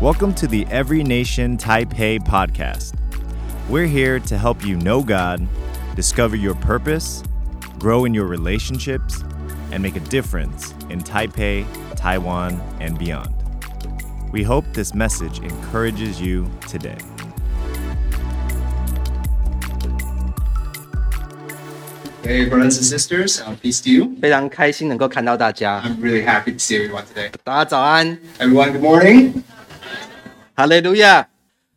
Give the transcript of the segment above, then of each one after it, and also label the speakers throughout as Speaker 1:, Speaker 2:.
Speaker 1: Welcome to the Every Nation Taipei podcast. We're here to help you know God, discover your purpose, grow in your relationships, and make a difference in Taipei, Taiwan, and beyond. We hope this message encourages you today.
Speaker 2: Hey, brothers and sisters, uh, peace to you.
Speaker 3: 非常开心能够看到大家，
Speaker 2: I'm really happy to see everyone today.
Speaker 3: 大家早安，
Speaker 2: Everyone, good morning.
Speaker 3: 哈利路亚。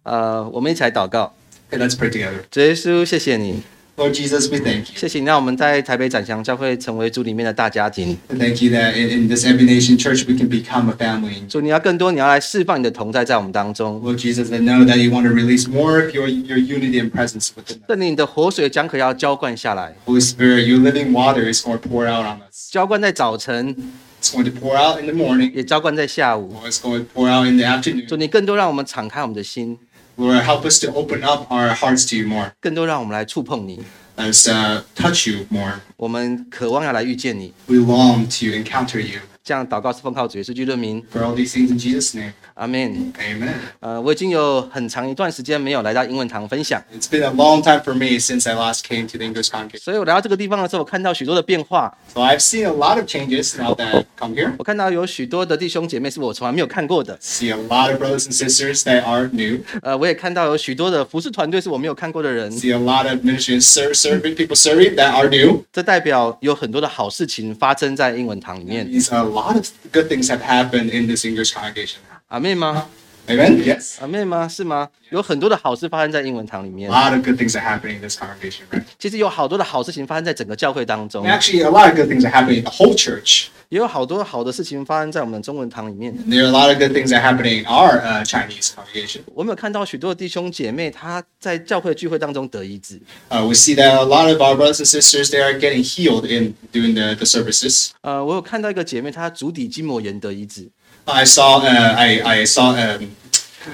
Speaker 3: 呃，我们一起来祷告，
Speaker 2: Okay, let's pray together.
Speaker 3: 主耶稣，谢谢你，
Speaker 2: Lord Jesus, we thank you.
Speaker 3: 谢谢你让我们在台北展翔教会成为主里面的大家庭。
Speaker 2: We Thank you that in, in this Every Nation Church we can become a family. in you.
Speaker 3: 主，你要更多，你要来释放你的同在在我们当中。
Speaker 2: Lord Jesus, I know that you want to release more of your, your unity and presence within us.
Speaker 3: 圣灵，你的活水江河要浇灌下来，
Speaker 2: Holy Spirit, your living water is going to pour out on us.
Speaker 3: 浇灌在早晨，
Speaker 2: It's going to pour out in the morning,
Speaker 3: 也浇灌在下午。
Speaker 2: or it's going to pour out in the afternoon.
Speaker 3: 主，你更多让我们敞开我们的心，
Speaker 2: Lord, help us to open up our hearts to you more.
Speaker 3: 更多让我们来触碰你。
Speaker 2: Let us uh, touch you more.
Speaker 3: 我们渴望要来遇见你。
Speaker 2: We long to encounter you.
Speaker 3: 这样祷告是奉靠主耶稣基督的名，
Speaker 2: For all these things in Jesus' name.
Speaker 3: 阿门。
Speaker 2: Amen.
Speaker 3: 呃，我已经有很长一段时间没有来到英文堂分享。
Speaker 2: It's been a long time for me since I last came to the English Congress.
Speaker 3: 所以我来到这个地方的时候，我看到许多的变化，
Speaker 2: So I've seen a lot of changes now that I've come here.
Speaker 3: 我看到有许多的弟兄姐妹是我从来没有看过的，
Speaker 2: See a lot of brothers and sisters that are new.
Speaker 3: 呃，我也看到有许多的服饰团队是我没有看过的人，
Speaker 2: See a lot of ministry and ser- serving people serving that are new.
Speaker 3: 这代表有很多的好事情发生在英文堂里面，
Speaker 2: Means a lot of good things have happened in this English congregation.
Speaker 3: 阿妹吗？
Speaker 2: Amen. Yes.
Speaker 3: 阿妹吗？是吗？有很多的好事发生在英文堂里
Speaker 2: A
Speaker 3: 面，
Speaker 2: lot of good things are happening in this congregation, right?
Speaker 3: 其实有好多的好事情发生在整个教会当中
Speaker 2: And，actually, a lot of good things are happening in the whole church.
Speaker 3: 也有好多好的事情发生在我们的中文堂里面。
Speaker 2: And there are a lot of good things that are happening in our uh, Chinese congregation.
Speaker 3: 我们有看到许多的弟兄姐妹，他在教会聚会当中得医治，
Speaker 2: Uh, we see that a lot of our brothers and sisters they are getting healed in doing the, the services.
Speaker 3: 呃，我有看到一个姐妹，她足底筋膜炎得医治，
Speaker 2: I saw. Uh, I I saw um,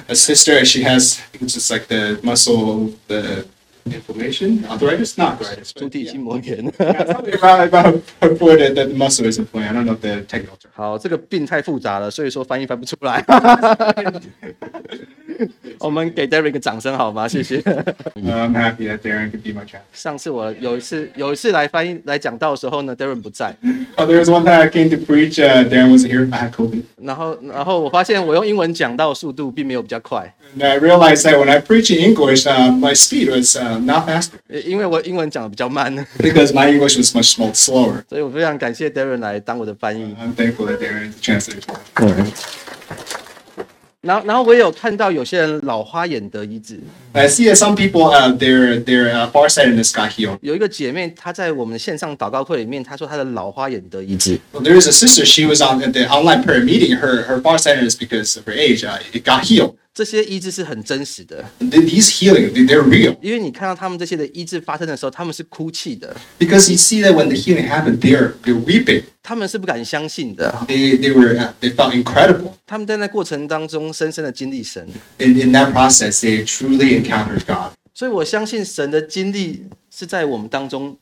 Speaker 2: a sister. She has I think it's just like the muscle the inflammation, arthritis, not arthritis.
Speaker 3: 足
Speaker 2: but
Speaker 3: 底
Speaker 2: yeah.
Speaker 3: 筋膜炎。
Speaker 2: Yeah, something about about her foot that the muscle is inflamed. I don't know if the technical term.
Speaker 3: 好，这个病太复杂了，所以说翻译翻不出来。 我们给 Derek 个掌声好吗？谢谢。
Speaker 2: Uh, I'm happy that Darren could be my child.
Speaker 3: 上次我有一次有一次来翻译来讲到的时候呢，Derek 不在，
Speaker 2: Oh, there was one time I came to preach. Uh, Darren wasn't here. I had COVID.
Speaker 3: 然后然后我发现我用英文讲到的速度并没有比较快，
Speaker 2: And I realized that when I preach in English, uh, my speed was uh, not faster
Speaker 3: 呃因为我英文讲的比较慢，
Speaker 2: because my English was much small, slower.
Speaker 3: 所以我非常感谢 Derek 来当我的翻译。
Speaker 2: I'm thankful that Darren is a translator.
Speaker 3: 然后然后我也有看到有些人老花眼得医治，
Speaker 2: I see that some people, uh, their their uh, farsightedness got healed.
Speaker 3: 有一个姐妹她在我们线上祷告会里面，她说她的老花眼得医治。
Speaker 2: Well, there is a sister. She was on at the online prayer meeting. Her her farsightedness because of her age, uh, it got healed.
Speaker 3: 这些医治是很真实的，
Speaker 2: Th- These healing, they- they're real
Speaker 3: 因为你看到他们这些的医治发生的时候，他们是哭泣的，
Speaker 2: because you see that when the healing happened, they're they're weeping.
Speaker 3: 他们是不敢相信的，
Speaker 2: They they were uh, they felt incredible
Speaker 3: 他们在那过程当中深深的经历神，
Speaker 2: in in that process. They truly encountered God.
Speaker 3: 所以我相信神的经历是在我们当中，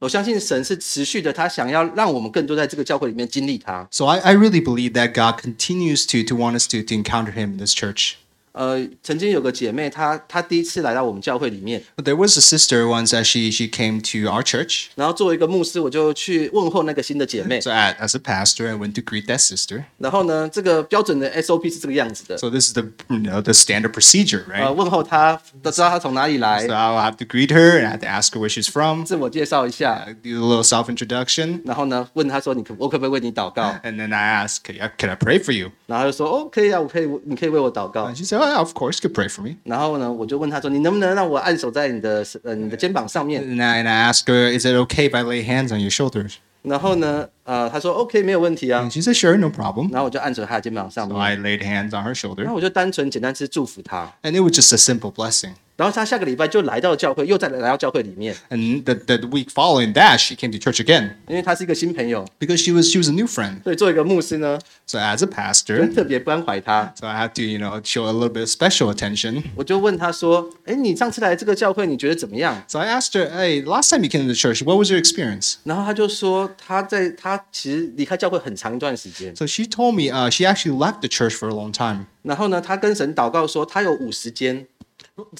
Speaker 3: 我相信神是持续的，他想要让我们更多在这个教会里面经历他。
Speaker 2: So I, I really believe that God continues to to want us to, to encounter Him in this church.
Speaker 3: 呃，曾经有个姐妹，她她第一次来到我们教会里面，
Speaker 2: But there was a sister once that she she came to our church.
Speaker 3: 然后作为一个牧师，我就去问候那个新的姐妹。
Speaker 2: at, as a pastor, I went to greet that sister.
Speaker 3: 然后呢，这个标准的 SOP 是这个样子的，
Speaker 2: So this is the you know the standard procedure, right?
Speaker 3: 呃，问候她，知道她从哪里来
Speaker 2: So，I'll have to greet her and I have to ask her where she's from.
Speaker 3: 自我介绍一下，
Speaker 2: I do a little self introduction.
Speaker 3: 然后呢，问他说：“你可我可不可以为你祷告
Speaker 2: And then I ask, can I, can I pray for you? ”
Speaker 3: 然后他就说：“哦，可以啊，我可以，你可以为我祷告
Speaker 2: And。she said, oh, yeah, of course, you can pray for me. ”
Speaker 3: 然后呢，我就问他说：“你能不能让我按手在你的呃你的肩膀上面
Speaker 2: And I, and I asked her, is it okay if I lay hands on your shoulders?？”
Speaker 3: 然后呢，呃，他说：“OK，没有问题啊。
Speaker 2: And she said, sure, no problem.
Speaker 3: 然后我就按手在他的肩膀上
Speaker 2: So
Speaker 3: 面，
Speaker 2: I laid hands on her
Speaker 3: 然
Speaker 2: shoulder.
Speaker 3: 后我就单纯简单是祝福他。
Speaker 2: And it was just a simple blessing.
Speaker 3: 然后他下个礼拜就来到教会，又再来到教会里面，
Speaker 2: And the, the week following that, she came to church again
Speaker 3: 因为他是一个新朋友，
Speaker 2: because she was she was a new friend.
Speaker 3: 所以做一个牧师呢，
Speaker 2: So as a
Speaker 3: 就
Speaker 2: pastor,
Speaker 3: 特别关怀他。
Speaker 2: so I had to you know show a little bit of special attention.
Speaker 3: 我就问他说：“哎，你上次来这个教会，你觉得怎么样
Speaker 2: So I asked her, "Hey, last time you came to the church, what was your experience?" ？”
Speaker 3: 然后他就说他在他其实离开教会很长一段时间，
Speaker 2: So she told me uh, she actually left the church for a long time,
Speaker 3: 然后呢，他跟神祷告说他有五十肩，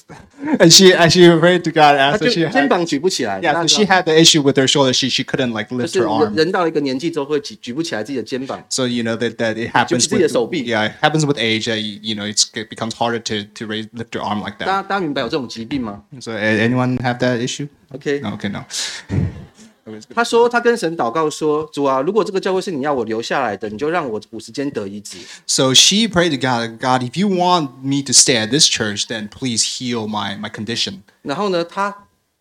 Speaker 2: and she and she prayed to God
Speaker 3: 他
Speaker 2: after
Speaker 3: 就
Speaker 2: she
Speaker 3: 肩
Speaker 2: had,
Speaker 3: 膀举不起来。
Speaker 2: yeah,
Speaker 3: 那
Speaker 2: so she had the issue with her shoulder. She she couldn't like
Speaker 3: 就
Speaker 2: lift
Speaker 3: 是
Speaker 2: her arm.
Speaker 3: 人到一个年纪之后会举举不起来自己的肩膀。
Speaker 2: So you know that that it happens
Speaker 3: Jiu-jitsu
Speaker 2: with
Speaker 3: 的手臂。
Speaker 2: yeah, it happens with age. That you, you know, it's, it becomes harder to to raise lift your arm like that.
Speaker 3: 大家大家明白有这种疾病吗
Speaker 2: So a- anyone have that issue?
Speaker 3: ？OK，
Speaker 2: No, okay, no.
Speaker 3: 他说他跟神祷告说：“主啊，如果这个教会是你要我留下来的，你就让我五十间得医治。
Speaker 2: So she prayed to God, God, if you want me to stay at this church, then please heal my my condition. ”
Speaker 3: 然后呢，他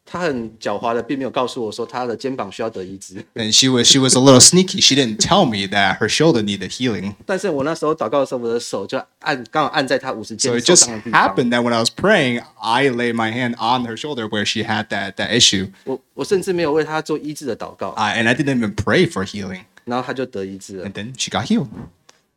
Speaker 3: 他很狡猾的，并没有告诉我说他的肩膀需要得医治。
Speaker 2: And she was she was a little sneaky. She didn't tell me that her shoulder needed healing.
Speaker 3: 但是我那时候祷告的时候，我的手就按刚好按在他五十
Speaker 2: So
Speaker 3: 肩
Speaker 2: it
Speaker 3: 受
Speaker 2: just
Speaker 3: 伤的地方。
Speaker 2: happened that when I was praying, I laid my hand on her shoulder where she had that that issue,
Speaker 3: 我我甚至没有为他做医治的祷告，
Speaker 2: uh, and I didn't even pray for healing.
Speaker 3: 然后他就得医治了
Speaker 2: And。then she got healed.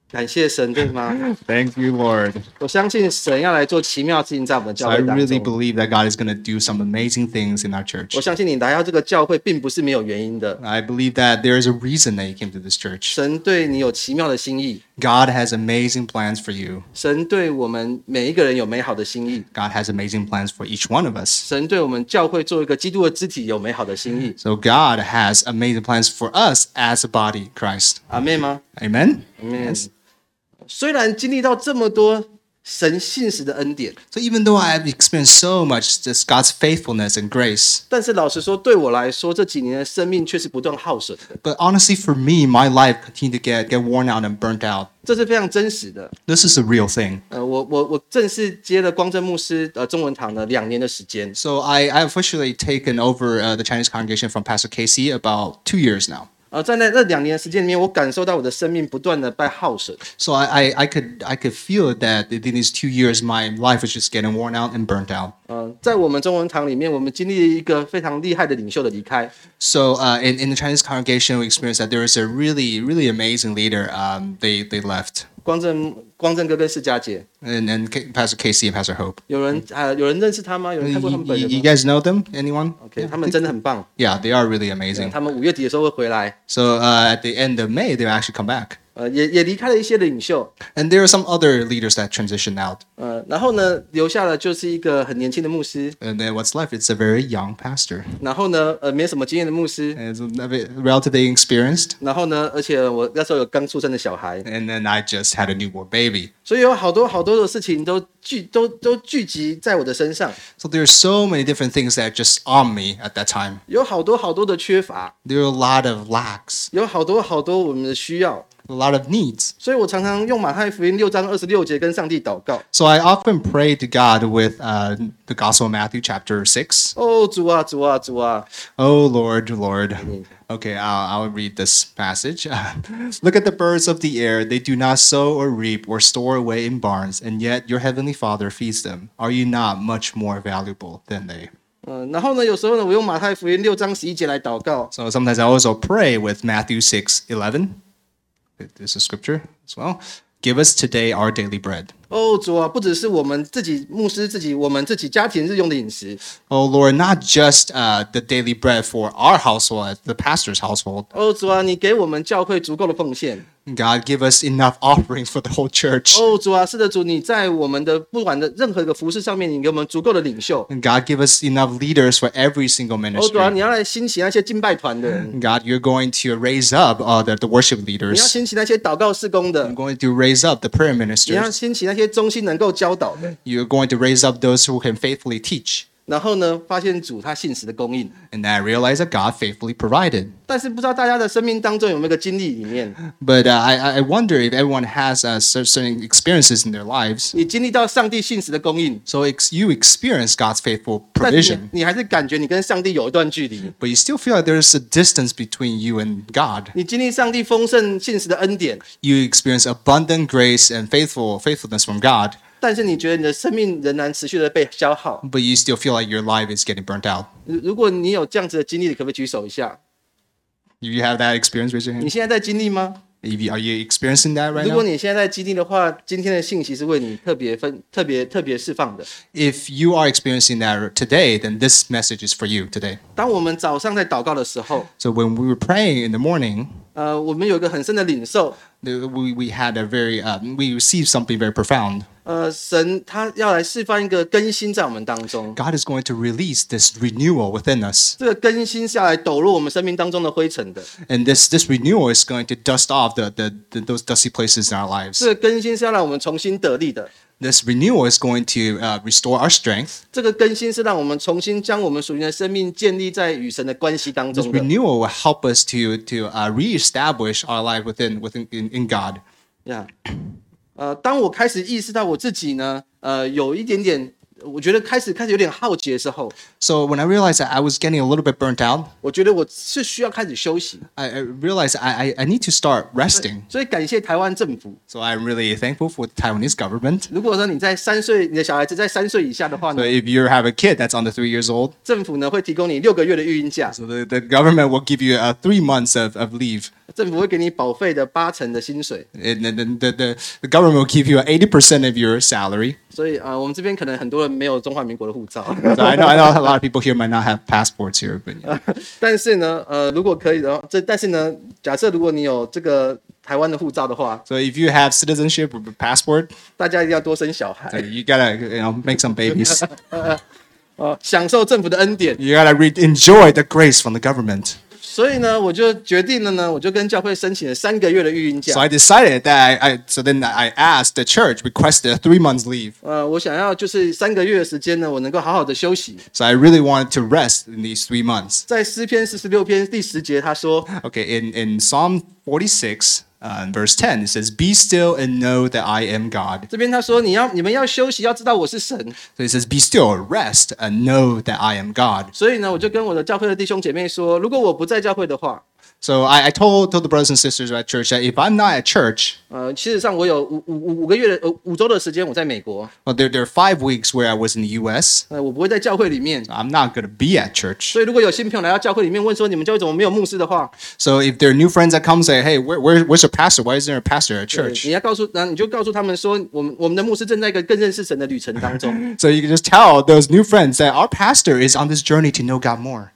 Speaker 3: 感谢神，对吗？
Speaker 2: Thank you, Lord.
Speaker 3: 我相信神要来做奇妙的事情在我们的
Speaker 2: So
Speaker 3: 教
Speaker 2: I
Speaker 3: 会当
Speaker 2: really
Speaker 3: 中。
Speaker 2: believe that God is going to do some amazing things in our church.
Speaker 3: 我相信你来到这个教会，并不是没有原因的。
Speaker 2: I believe that there is a reason that you came to this church.
Speaker 3: 神对你有奇妙的心意，
Speaker 2: God has amazing plans for you.
Speaker 3: 神对我们每一个人有美好的心意，
Speaker 2: God has amazing plans for each one of us.
Speaker 3: 神对我们教会做一个基督的肢体有美好的心意。
Speaker 2: So God has amazing plans for us as a body, Christ.
Speaker 3: 阿妹吗？
Speaker 2: Amen.
Speaker 3: 嗯。虽然经历到这么多神信实的恩典，
Speaker 2: So even though I have experienced so much just God's faithfulness and grace,
Speaker 3: 但是老实说，对我来说，这几年的生命却是不断耗损的，
Speaker 2: but honestly for me, my life continued to get get worn out and burnt out.
Speaker 3: 这是非常真实的。
Speaker 2: This is a real thing.
Speaker 3: 呃，我我我正式接了光正牧师呃中文堂的两年的时间，
Speaker 2: So I, I officially taken over uh, the Chinese congregation from Pastor Casey about two years now.
Speaker 3: 呃，在那那两年的时间里面，我感受到我的生命不断的被耗损，
Speaker 2: So I, I, I could I could feel that in these two years my life was just getting worn out and burnt out.
Speaker 3: 呃，在我们中文堂里面，我们经历了一个非常厉害的领袖的离开，
Speaker 2: So uh, in, in the Chinese congregation we experienced that there was a really really amazing leader. Um, they they left
Speaker 3: 光正光正哥跟世佳姐，
Speaker 2: and and K- Pastor Casey and Pastor Hope.
Speaker 3: 有人啊、呃有人认识他吗？有人
Speaker 2: You,
Speaker 3: 看过他们本
Speaker 2: you-
Speaker 3: 人
Speaker 2: you
Speaker 3: 吗
Speaker 2: guys know them? Anyone?
Speaker 3: ？OK，他们真的很棒，
Speaker 2: Yeah, they are really amazing.
Speaker 3: 他们五月底的时候会回来，
Speaker 2: So uh, at the end of May they'll actually come back.
Speaker 3: 呃，也也离开了一些领袖，
Speaker 2: And there are some other leaders that transitioned out.
Speaker 3: 呃，然后呢，留下了就是一个很年轻的牧师，
Speaker 2: And then what's left? It's a very young pastor.
Speaker 3: 然后呢，呃，没什么经验的牧师，
Speaker 2: And it's a bit relatively inexperienced.
Speaker 3: 然后呢，而且我那时候有刚出生的小孩，
Speaker 2: And then I just had a newborn baby.
Speaker 3: 所以有好多好多的事情都聚都都聚集在我的身上，
Speaker 2: So there's so many different things that just on me at that time.
Speaker 3: 有好多好多的缺乏，
Speaker 2: There are a lot of lacks,
Speaker 3: 有好多好多我们的需要，
Speaker 2: a lot of needs.
Speaker 3: 所以我常常用马太福音六章二十六节跟上帝祷告。
Speaker 2: So I often pray to God with uh, the Gospel of Matthew chapter six.
Speaker 3: 哦，主啊，主啊，主啊！
Speaker 2: Oh Lord, Lord. Okay, I'll, I'll read this passage. Look at the birds of the air; they do not sow or reap or store away in barns, and yet your heavenly Father feeds them. Are you not much more valuable than they?
Speaker 3: 嗯、然后呢，有时候呢，我用马太福音六章十一节来祷告。
Speaker 2: So sometimes I also pray with Matthew six eleven. This is scripture as well. Give us today our daily bread.
Speaker 3: 哦，主啊，不只是我们自己牧师自己，我们自己家庭日用的饮食。
Speaker 2: Oh Lord, not just uh, the daily bread for our household, the pastor's household.
Speaker 3: 哦，主啊，你给我们教会足够的奉献。
Speaker 2: God, give us enough offerings for the whole church.
Speaker 3: 哦，主啊，是的，主，你在我们的不管的任何一个服饰上面，你给我们足够的领袖。
Speaker 2: And God, give us enough leaders for every single
Speaker 3: 哦，主啊，
Speaker 2: ministry.
Speaker 3: 你要来兴起那些敬拜团的人，
Speaker 2: God, you're going to raise up uh, the, the worship
Speaker 3: 你要
Speaker 2: leaders.
Speaker 3: 兴起那些祷告事工的
Speaker 2: You're，going to raise up the prayer
Speaker 3: 你要
Speaker 2: ministers.
Speaker 3: 兴起那些忠心能够教导的。
Speaker 2: You're going to raise up those who can faithfully teach.
Speaker 3: 然后呢，发现主他信实的供应。
Speaker 2: And I realize that God faithfully provided.
Speaker 3: 但是不知道大家的生命当中有没有一个经历里面，
Speaker 2: But uh, I, I wonder if everyone has uh, cer- certain experiences in their lives.
Speaker 3: 你经历到上帝信实的供应，
Speaker 2: So ex- you experience God's faithful
Speaker 3: 但是你
Speaker 2: provision. 嗯
Speaker 3: 你还是感觉你跟上帝有一段距离。
Speaker 2: but you still feel like there's a distance between you and God.
Speaker 3: 你经历上帝丰盛信实的恩典，
Speaker 2: You experience abundant grace and faithful faithfulness from God,
Speaker 3: 但是你觉得你的生命仍然持续的被消耗。
Speaker 2: but you still feel like your life is getting burnt out.
Speaker 3: 如如果你有这样子的经历，可不可以举手一下？
Speaker 2: You have that experience, raise your
Speaker 3: 你
Speaker 2: hand.
Speaker 3: 现在在经历吗？
Speaker 2: If you- Are you experiencing that 嗯 right
Speaker 3: 如果
Speaker 2: now?
Speaker 3: 你现在在经历的话，今天的信息是为你特别分、特别特别释放的。
Speaker 2: If you are experiencing that today, then this message is for you today.
Speaker 3: 当我们早上在祷告的时候，
Speaker 2: So when we were praying in the morning,
Speaker 3: 呃，我们有一个很深的领受，
Speaker 2: the- we, we had a very um, we received something very profound.
Speaker 3: 呃，神他要来释放一个更新在我们当中，
Speaker 2: God is going to release this renewal within us,
Speaker 3: 这个更新是要来抖落我们生命当中的灰尘的，
Speaker 2: and this this renewal is going to dust off the, the, the those dusty places in our
Speaker 3: 这
Speaker 2: lives.
Speaker 3: 个更新是要让我们重新得力的，
Speaker 2: This renewal is going to uh, restore our strength.
Speaker 3: 这个更新是让我们重新将我们属灵的生命建立在与神的关系当
Speaker 2: This
Speaker 3: 中的。
Speaker 2: renewal will help us to to uh, reestablish our life within within in, in God.
Speaker 3: 呀呃，当我开始意识到我自己呢，呃，有一点点，我觉得开始开始有点好奇的时候，
Speaker 2: So when I realized that I was getting a little bit burnt out,
Speaker 3: 我觉得我是需要开始休息。
Speaker 2: I, I realized I, I, I need to start resting.
Speaker 3: 所以感谢台湾政府。
Speaker 2: So I'm really thankful for the Taiwanese government.
Speaker 3: 如果说你在三岁，你的小孩子在三岁以下的话
Speaker 2: So
Speaker 3: 呢，
Speaker 2: if you have a kid that's under three years old,
Speaker 3: 政府呢会提供你六个月的育婴假，
Speaker 2: so the, the government will give you uh, three months of, of leave.
Speaker 3: 政府会给你保费的八成的薪水。
Speaker 2: And then then the, the, the government will give you 80% of your salary.
Speaker 3: 所以啊、呃我们这边可能很多人没有中华民国的护照，
Speaker 2: So I know, I know a lot of people here might not have passports here, but
Speaker 3: 但是呢，呃，如果可以的话，这但是呢，假设如果你有这个台湾的护照的话，
Speaker 2: so if you have citizenship or passport,
Speaker 3: 大家一定要多生小
Speaker 2: so
Speaker 3: 孩，
Speaker 2: you gotta you know make some babies.
Speaker 3: 呃，享受政府的恩典。
Speaker 2: You gotta re- enjoy the grace from the government.
Speaker 3: 所以呢，我就决定了呢，我就跟教会申请了三个月的育婴
Speaker 2: So
Speaker 3: 假。
Speaker 2: I decided that I, I so then I asked the church requested a three months leave.
Speaker 3: 呃，我想要就是三个月的时间呢，我能够好好的休息。
Speaker 2: So I really wanted to rest in these three months.
Speaker 3: 在诗篇四十六篇第十节，他说
Speaker 2: Okay, in, in Psalm 46, uh, in verse 10, it says, Be still and know that I am God.：“
Speaker 3: 这边他说你要你们要休息，要知道我是神。
Speaker 2: So it says, Be still or rest and know that I am God. ”
Speaker 3: 所以呢，我就跟我的教会的弟兄姐妹说，如果我不在教会的话，
Speaker 2: So I, I told, told the brothers and sisters at church that if I'm not at church,
Speaker 3: 呃，事实上我有五五五五个月的呃五周的时间我在美国，
Speaker 2: well, there, there are five weeks where I was in the US,
Speaker 3: 呃，我不会在教会里面。
Speaker 2: I'm not going to be at church.
Speaker 3: 所以如果有新朋友来到教会里面问说你们教会怎么没有牧师的话，
Speaker 2: So if there are new friends that come say, Hey, where, where, where's your pastor? Why isn't there a pastor at
Speaker 3: 对
Speaker 2: church?
Speaker 3: 呃你要告诉，然后你就告诉他们说，我们我们的牧师正在一个更认识神的旅程 当中。
Speaker 2: So you can just tell those new friends that our pastor is on this journey to know God more.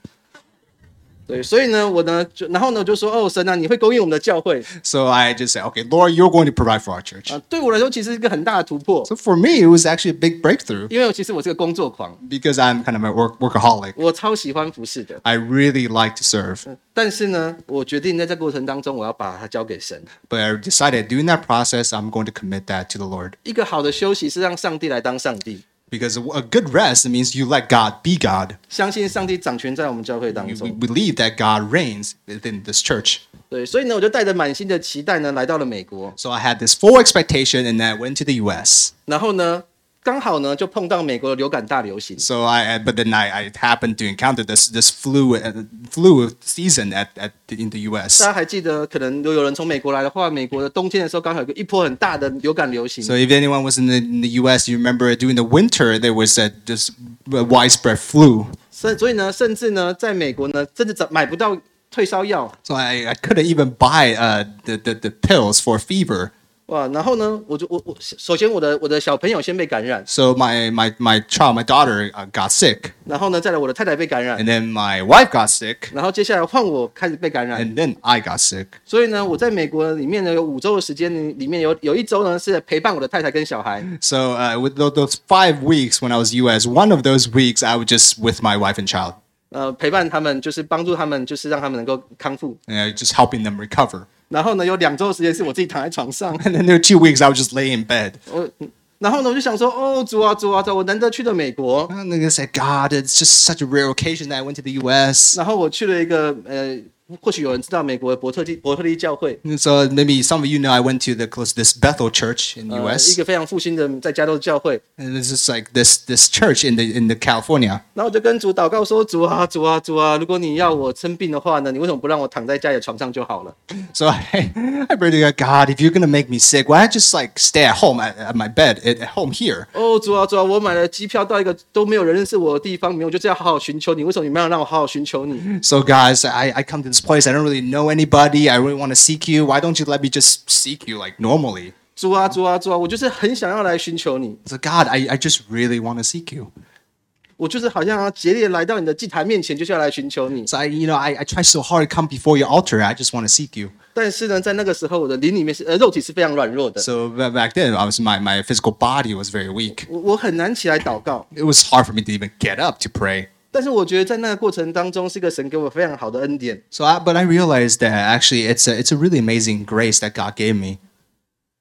Speaker 3: 对，所以呢，我呢，就然后呢，我就说，哦，神啊，你会勾引我们的教会
Speaker 2: So I just said, Okay, Lord, you're going to provide for our church.
Speaker 3: 啊、对我来说其实是一个很大的突破，
Speaker 2: So for me, it was actually a big breakthrough.
Speaker 3: 因为其实我是个工作狂，
Speaker 2: because I'm kind of a work, workaholic.
Speaker 3: 我超喜欢服侍的。
Speaker 2: I really like to serve,
Speaker 3: 但是呢，我决定在这过程当中，我要把它交给神。
Speaker 2: but I decided during that process, I'm going to commit that to the Lord
Speaker 3: 一个好的休息是让上帝来当上帝，
Speaker 2: because a good rest means you let God be God.
Speaker 3: 相信上帝掌权在我们教会当
Speaker 2: You, we
Speaker 3: 中。
Speaker 2: believe that God reigns within this church.
Speaker 3: 对，所以呢，我就带着满心的期待呢，来到了美国。
Speaker 2: So I had this full expectation, and I went to the U.S.
Speaker 3: 然后呢，刚好呢就碰到美国的流感大流行。
Speaker 2: So I, I- but then I, I happened to encounter this this flu uh, flu season at, at in the U.S.
Speaker 3: 大家还记得，可能如果有人从美国来的话，美国的冬天的时候刚好有个一波很大的流感流行
Speaker 2: So。if anyone was in the, in the U.S., you remember during the winter there was a, this widespread flu.
Speaker 3: 甚所以呢，甚至呢，在美国呢，甚至找买不到退烧药
Speaker 2: So I, I couldn't even buy uh, the, the, the pills for fever.
Speaker 3: 哇。然后呢，我就我我首先我的我的小朋友先被感染，
Speaker 2: So my, my, my child, my daughter uh, got sick.
Speaker 3: 然后呢，再来我的太太被感染，
Speaker 2: And then my wife got sick.
Speaker 3: 然后接下来换我开始被感染。
Speaker 2: And then I got sick.
Speaker 3: 所以呢，我在美国里面呢，有五周的时间里面有有一周呢是陪伴我的太太跟小孩，
Speaker 2: So uh, with tho- those five weeks when I was U.S., one of those weeks I was just with my wife and child,
Speaker 3: 呃，陪伴他们就是帮助他们，就是让他们能够康复。
Speaker 2: you know, just helping them recover.
Speaker 3: 然后呢，有两周的时间是我自己躺在床上，
Speaker 2: And then there were two weeks I was just laying in bed.
Speaker 3: 我，然后呢，我就想说，哦，主啊，主啊，主啊，我难得去了美国，
Speaker 2: And then I said, God, it's just such a rare occasion that I went to the U.S.
Speaker 3: 然后我去了一个呃或许有人知道美国的伯特利伯特利教会，
Speaker 2: So maybe some of you know I went to the close this Bethel Church in
Speaker 3: 呃，一
Speaker 2: U.S.
Speaker 3: 个非常复兴的在加州的教会。
Speaker 2: and this is like this this church in the in the California.
Speaker 3: 然后我就跟主祷告说：“主啊，主啊，主啊，如果你要我生病的话呢，你为什么不让我躺在家里的床上就好了？
Speaker 2: So I I prayed to God, God, if you're gonna make me sick, why not just like stay at home at, at my bed at, at home here?
Speaker 3: 哦，主啊，主啊，我买了机票到一个都没有人认识我的地方，没有，我就这样好好寻求你。为什么你没有让我好好寻求你？
Speaker 2: So guys, I, I come to this place. I don't really know anybody. I really want to seek you. Why don't you let me just seek you like normally?
Speaker 3: 主啊，主啊，主啊，我就是很想要来寻求你，
Speaker 2: So God, I, I just really want to seek you.
Speaker 3: 我就是好像要竭力地来到你的祭坛面前，就是要来寻求你。
Speaker 2: So I you know I, I try so hard to come before your altar. I just want to seek you.
Speaker 3: 但是呢，在那个时候，我的灵里面是呃肉体是非常软弱的，
Speaker 2: So ba- back then, I was my, my physical body was very weak.
Speaker 3: 我我很难起来祷告。
Speaker 2: It was hard for me to even get up to pray.
Speaker 3: 但是我觉得在那个过程当中，是一个神给我非常好的恩典。
Speaker 2: So, I, but I realized that actually it's a, it's a really amazing grace that God gave me.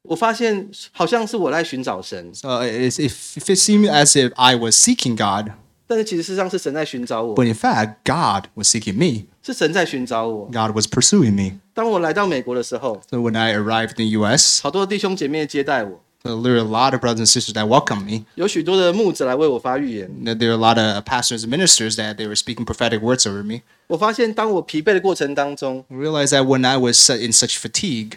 Speaker 3: 我发现好像是我在寻找神，
Speaker 2: So it's, if, if it seemed as if I was seeking God,
Speaker 3: 但是其实事实上是神在寻找我，
Speaker 2: but in fact, God was seeking me.
Speaker 3: 是神在寻找我。
Speaker 2: God was pursuing me.
Speaker 3: 当我来到美国的时候，
Speaker 2: So when I arrived in the U.S.,
Speaker 3: 好多弟兄姐妹接待我，
Speaker 2: there were a lot of brothers and sisters that welcomed me.
Speaker 3: 有许多的牧者来为我发预言。
Speaker 2: There were a lot of pastors and ministers that they were speaking prophetic words over me.
Speaker 3: 我发现，当我疲惫的过程当中，
Speaker 2: I realized that when I was su- in such fatigue,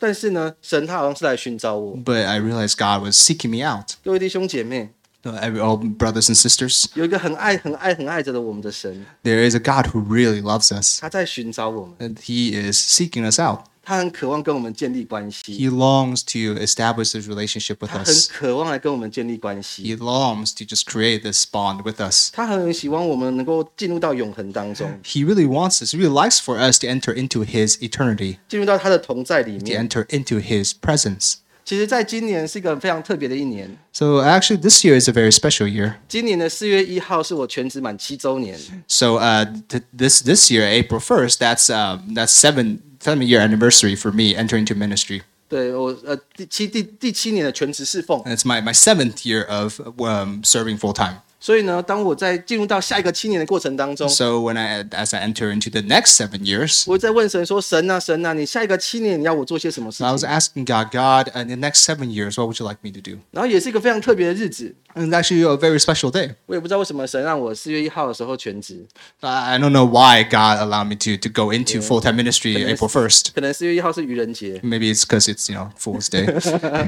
Speaker 3: 但是呢，神他好像是来寻找我。
Speaker 2: but I realized God was seeking me out.
Speaker 3: 各位弟兄姐妹，
Speaker 2: So every- all brothers and sisters,
Speaker 3: 有一个很爱、很爱、很爱着的我们的神，
Speaker 2: there is a God who really loves us,
Speaker 3: 他在寻找我们，
Speaker 2: and He is seeking us out.
Speaker 3: 他很渴望跟我们建立关系，
Speaker 2: He longs to establish this relationship with
Speaker 3: 他很
Speaker 2: us.
Speaker 3: 渴望来跟我们建立关
Speaker 2: He
Speaker 3: 系，
Speaker 2: longs to just create this bond with us.
Speaker 3: 他很希望我们能够进入到永恒当中，
Speaker 2: He really wants us. He really likes for us to enter into His eternity,
Speaker 3: 进入到他的同在里
Speaker 2: to
Speaker 3: 面。
Speaker 2: enter into His presence.
Speaker 3: 其实，在今年是一个非常特别的一年。
Speaker 2: So actually, this year is a very special year.
Speaker 3: 今年的四月一号是我全职满七周年，
Speaker 2: So uh, th- this this year, April first, that's uh, that's seven seven year anniversary for me entering into ministry.
Speaker 3: 对我呃第七第第七年的全职侍奉。
Speaker 2: And it's my, my seventh year of um, serving full time.
Speaker 3: 所以呢，当我在进入到下一个七年的过程当中，
Speaker 2: So when I as I enter into the next seven years,
Speaker 3: 我在问神说：“神啊，神啊，你下一个七年你要我做些什么事
Speaker 2: so I was
Speaker 3: 情
Speaker 2: asking God, God, in the next seven years, what would you like me to do?？”
Speaker 3: 然后也是一个非常特别的日子，
Speaker 2: And it's actually a very special day.
Speaker 3: 我也不知道为什么神让我四月一号的时候全职，
Speaker 2: I I don't know why God allowed me to to go into full time ministry
Speaker 3: Goodness.
Speaker 2: April first.
Speaker 3: 可能四月一号是愚人节，
Speaker 2: Maybe it's because it's you know Fool's Day.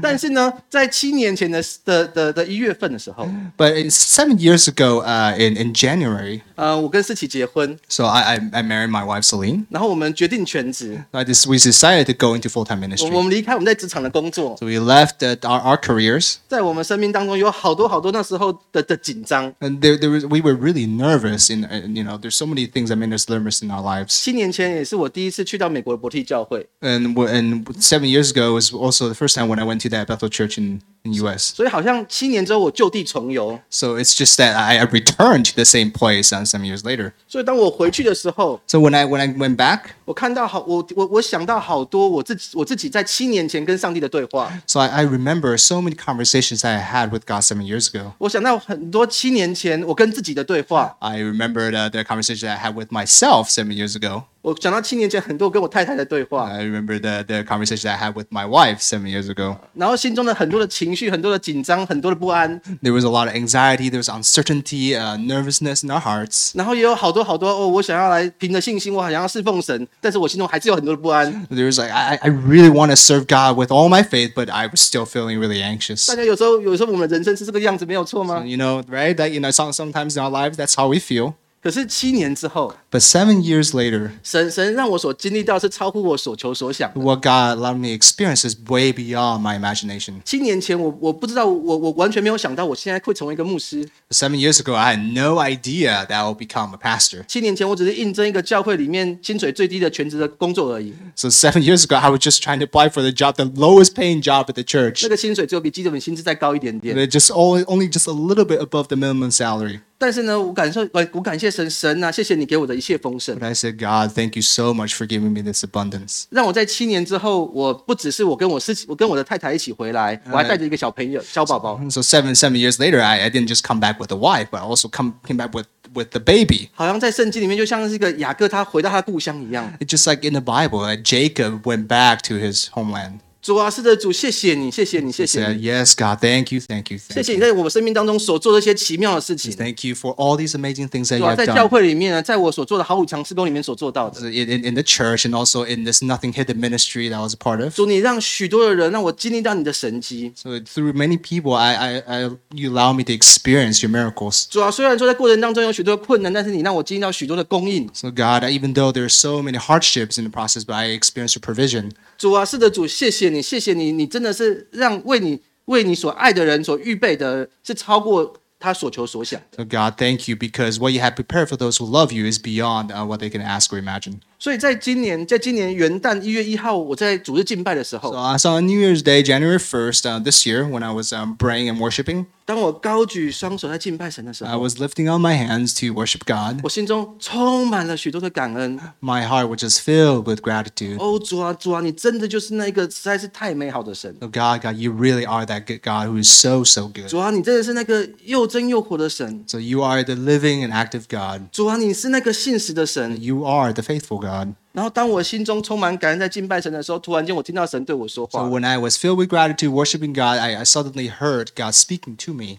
Speaker 3: 但是呢，在七年前的的的的一月份的时候，
Speaker 2: but it's seven years ago, uh, in in January,
Speaker 3: 呃，我跟思琪结婚，
Speaker 2: so I I, I married my wife Celine.
Speaker 3: 然后我们决定全职，
Speaker 2: I just, we decided to go into full time
Speaker 3: 我
Speaker 2: ministry.
Speaker 3: 我们离开我们在职场的工作，
Speaker 2: So we left uh, our, our careers,
Speaker 3: 在我们生命当中有好多好多那时候的的紧张。
Speaker 2: and there, there was, we were really nervous. In, in you know, there's so many things that made us nervous in our lives.
Speaker 3: 七年前也是我第一次去到美国的伯特教会，
Speaker 2: And w- and seven years ago was also the first time when I went to that Bethel Church in in U.S.
Speaker 3: 所以好像七年之后我就地重游。
Speaker 2: So it's just that I, I returned to the same place uh, some years later.
Speaker 3: 所以当我回去的时候，
Speaker 2: So when I when I went back,
Speaker 3: 我看到好，我我我想到好多我自己我自己在七年前跟上帝的对话，
Speaker 2: so I, I remember so many conversations that I had with God seven years ago.
Speaker 3: 我想到很多七年前我跟自己的对话，
Speaker 2: I remembered uh, the conversation I had with myself seven years ago.
Speaker 3: 我想到七年前很多跟我太太的对话，
Speaker 2: I remember the, the conversation I had with my wife seven years ago.
Speaker 3: 然后心中的很多的情绪、很多的紧张、很多的不安，
Speaker 2: There was a lot of anxiety, there was uncertainty, uh, nervousness in our hearts.
Speaker 3: 然后也有好多好多哦，我想要来凭着信心，我好想要侍奉神，但是我心中还是有很多的不安。
Speaker 2: There was like, I, I really want to serve God with all my faith, but I was still feeling really anxious.
Speaker 3: 大家有时候有时候我们的人生是这个样子，没有错吗？
Speaker 2: You know, right? That, you know, some, sometimes in our lives, that's how we feel.
Speaker 3: 可是七年之后，
Speaker 2: But seven years later,
Speaker 3: 神神让我所经历到是超乎我所求所想的。
Speaker 2: what God allowed me to experience is way beyond my imagination.
Speaker 3: 七年前我我不知道，我我完全没有想到我现在会成为一个牧师。
Speaker 2: Seven years ago, I had no idea that I would become a pastor.
Speaker 3: 七年前我只是应征一个教会里面薪水最低的全职的工作而已，
Speaker 2: So seven years ago, I was just trying to apply for the job, the lowest paying job at the church.
Speaker 3: 那个薪水只有比基本薪资再高一点点。
Speaker 2: They're just all, only just a little bit above the minimum salary.
Speaker 3: 但是呢，我感受，呃我我感谢神，神啊，谢谢你给我的一切丰盛
Speaker 2: But，I said, God, thank you so much for giving me this abundance.
Speaker 3: 让我在七年之后，我不只是我跟我是我跟我的太太一起回来，我还带着一个小朋友小宝宝，
Speaker 2: And so seven, seven years later, I, I didn't just come back with a wife, but I also come, came back with, with the baby.
Speaker 3: 好像在圣经里面就像是一个雅各他回到他故乡一样。
Speaker 2: It's just like in the Bible, like Jacob went back to his homeland.
Speaker 3: 主啊，是的，主，谢谢你，谢谢你，谢
Speaker 2: He
Speaker 3: 谢
Speaker 2: said,
Speaker 3: 你，
Speaker 2: yes, God, thank you, thank you,
Speaker 3: 谢
Speaker 2: thank
Speaker 3: 谢你
Speaker 2: you.
Speaker 3: 在我们生命当中所做的一些奇妙的事情。
Speaker 2: Thank you for all these amazing things that
Speaker 3: 主
Speaker 2: you
Speaker 3: 啊，
Speaker 2: have
Speaker 3: 在教
Speaker 2: done
Speaker 3: 会里面呢，在我所做的毫无强施工里面所做到的。
Speaker 2: in, in- in the church and also in this nothing hidden ministry that I was a part of.
Speaker 3: 主，你让许多的人让我经历到你的神迹。
Speaker 2: So through many people, I, I, I, you allow me to experience your miracles.
Speaker 3: 主啊，虽然说在过程当中有许多的困难，但是你让我经历到许多的供应。
Speaker 2: So God, even though there are so many hardships in the process, but I experienced your provision.
Speaker 3: 主啊，是的，主，谢谢你，谢谢你，你真的是让为你为你所爱的人所预备的，是超过他所求所想。
Speaker 2: So God, thank you because what you have prepared for those who love you is beyond uh, what they can ask or imagine.
Speaker 3: 所以在今年，在今年元旦一月一号，我在主日敬拜的时
Speaker 2: So,
Speaker 3: 候，
Speaker 2: uh, so on New Year's Day, January 1st, uh, this year, when I was um, praying and worshiping,
Speaker 3: 当我高举双手在敬拜神的时
Speaker 2: I
Speaker 3: 候，
Speaker 2: was lifting up my hands to worship God.
Speaker 3: 我心中充满了许多的感恩。
Speaker 2: My heart was just filled with gratitude.
Speaker 3: 哦，主啊，主啊，你真的就是那一个实在是太美好的神。
Speaker 2: So God, God, you really are that good God who is so, so good.
Speaker 3: 主啊，你真的是那个又真又活的神。
Speaker 2: So you are the living and active God.
Speaker 3: 主啊，你是那个信实的神。
Speaker 2: You are the faithful God.
Speaker 3: 然后当我心中充满感恩在敬拜神的时候，突然间我听到神对我说
Speaker 2: So
Speaker 3: 话。
Speaker 2: when I was filled with gratitude, worshiping God, I, I suddenly heard God speaking to me.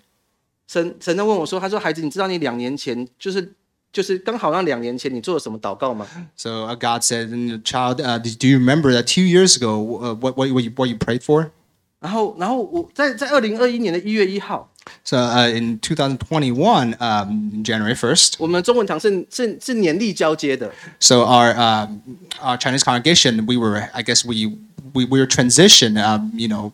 Speaker 3: 神神在问我说：“他说孩子，你知道你两年前就是就是刚好那两年前你做了什么祷告吗？
Speaker 2: So uh, God said, "And, "Child, uh, do you remember that two years ago, uh, what, what, what, you, what you prayed for?"
Speaker 3: 然后然后我在在二零二一年的一月一号，
Speaker 2: So uh, in 2021, um, January 1st,
Speaker 3: 我们中文堂是是是年历交接的，
Speaker 2: so our um, our Chinese congregation, we were, I guess we we, we were transitioned, um, you know,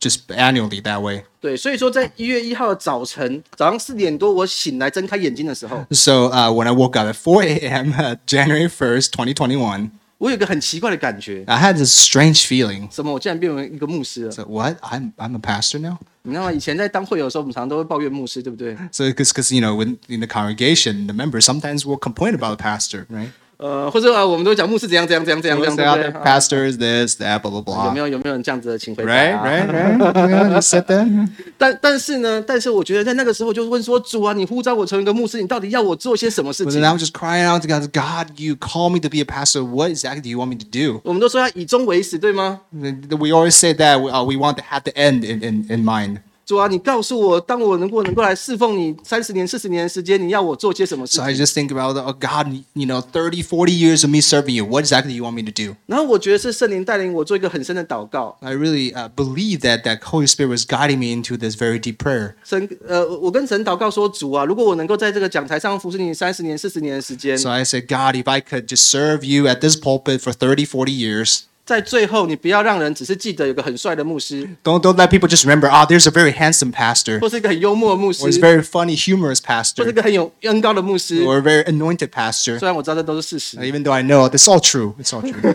Speaker 2: just annually that way.
Speaker 3: 对，所以说在一月一号的早晨，早上四点多我醒来睁开眼睛的时候，
Speaker 2: So uh, when I woke up at 4 a.m. Uh, January 1st, 2021,
Speaker 3: 我有一个很奇怪的感觉，
Speaker 2: I had this strange feeling.
Speaker 3: 什么我竟然变为一个牧师了。
Speaker 2: So what? I'm I'm a pastor now.
Speaker 3: 你知道吗？以前在当会友的时候，我们常常都会抱怨牧师，对不对？
Speaker 2: So because because you know, when, in the congregation, the members sometimes will complain about the pastor, right?
Speaker 3: 呃，或者啊，我们都会讲牧师怎样怎样怎样怎样
Speaker 2: We'll
Speaker 3: 怎
Speaker 2: say,
Speaker 3: 样，对
Speaker 2: "Oh,
Speaker 3: 不
Speaker 2: the
Speaker 3: 对？啊
Speaker 2: pastor is this, that, blah blah
Speaker 3: 有
Speaker 2: blah.
Speaker 3: 没有有没有人这样子的情回答啊
Speaker 2: Right, right, right. Yeah, you said that.
Speaker 3: 但但是呢，但是我觉得在那个时候就问说，主啊，你呼召我成为一个牧师，你到底要我做些什么事
Speaker 2: But
Speaker 3: 情
Speaker 2: then？I was just crying out to God, God, you call me to be a pastor. What exactly do you want me to do?
Speaker 3: 我们都说要以终为始，对吗？
Speaker 2: We always say that uh, we want to have the end in, in, in mind.
Speaker 3: 主啊，你告诉我，当我能够能够来侍奉你三十年、四十年的时间，你要我做些什么事
Speaker 2: So I
Speaker 3: 情？
Speaker 2: just think about, oh, God, you know, 30, 40 years of me serving you. What exactly do you want me to do?
Speaker 3: 然后我觉得是圣灵带领我做一个很深的祷告。
Speaker 2: I really uh, believe that that Holy Spirit was guiding me into this very deep prayer.
Speaker 3: 神，呃，我跟神祷告说，主啊，如果我能够在这个讲台上服侍你三十年、四十年的时间，
Speaker 2: So I said, God, if I could just serve you at this pulpit for 30, 40 years,
Speaker 3: 在最后，你不要让人只是记得有个很帅的牧师，
Speaker 2: don't, don't let people just remember, ah, there's a very handsome pastor
Speaker 3: 或是一个很幽默的牧师，
Speaker 2: or this very funny, humorous
Speaker 3: 或是
Speaker 2: pastor
Speaker 3: 一个很有恩高的牧师。
Speaker 2: or a very anointed pastor.
Speaker 3: 虽然我知道这都是事实，
Speaker 2: Even though I know it's all true, it's all true.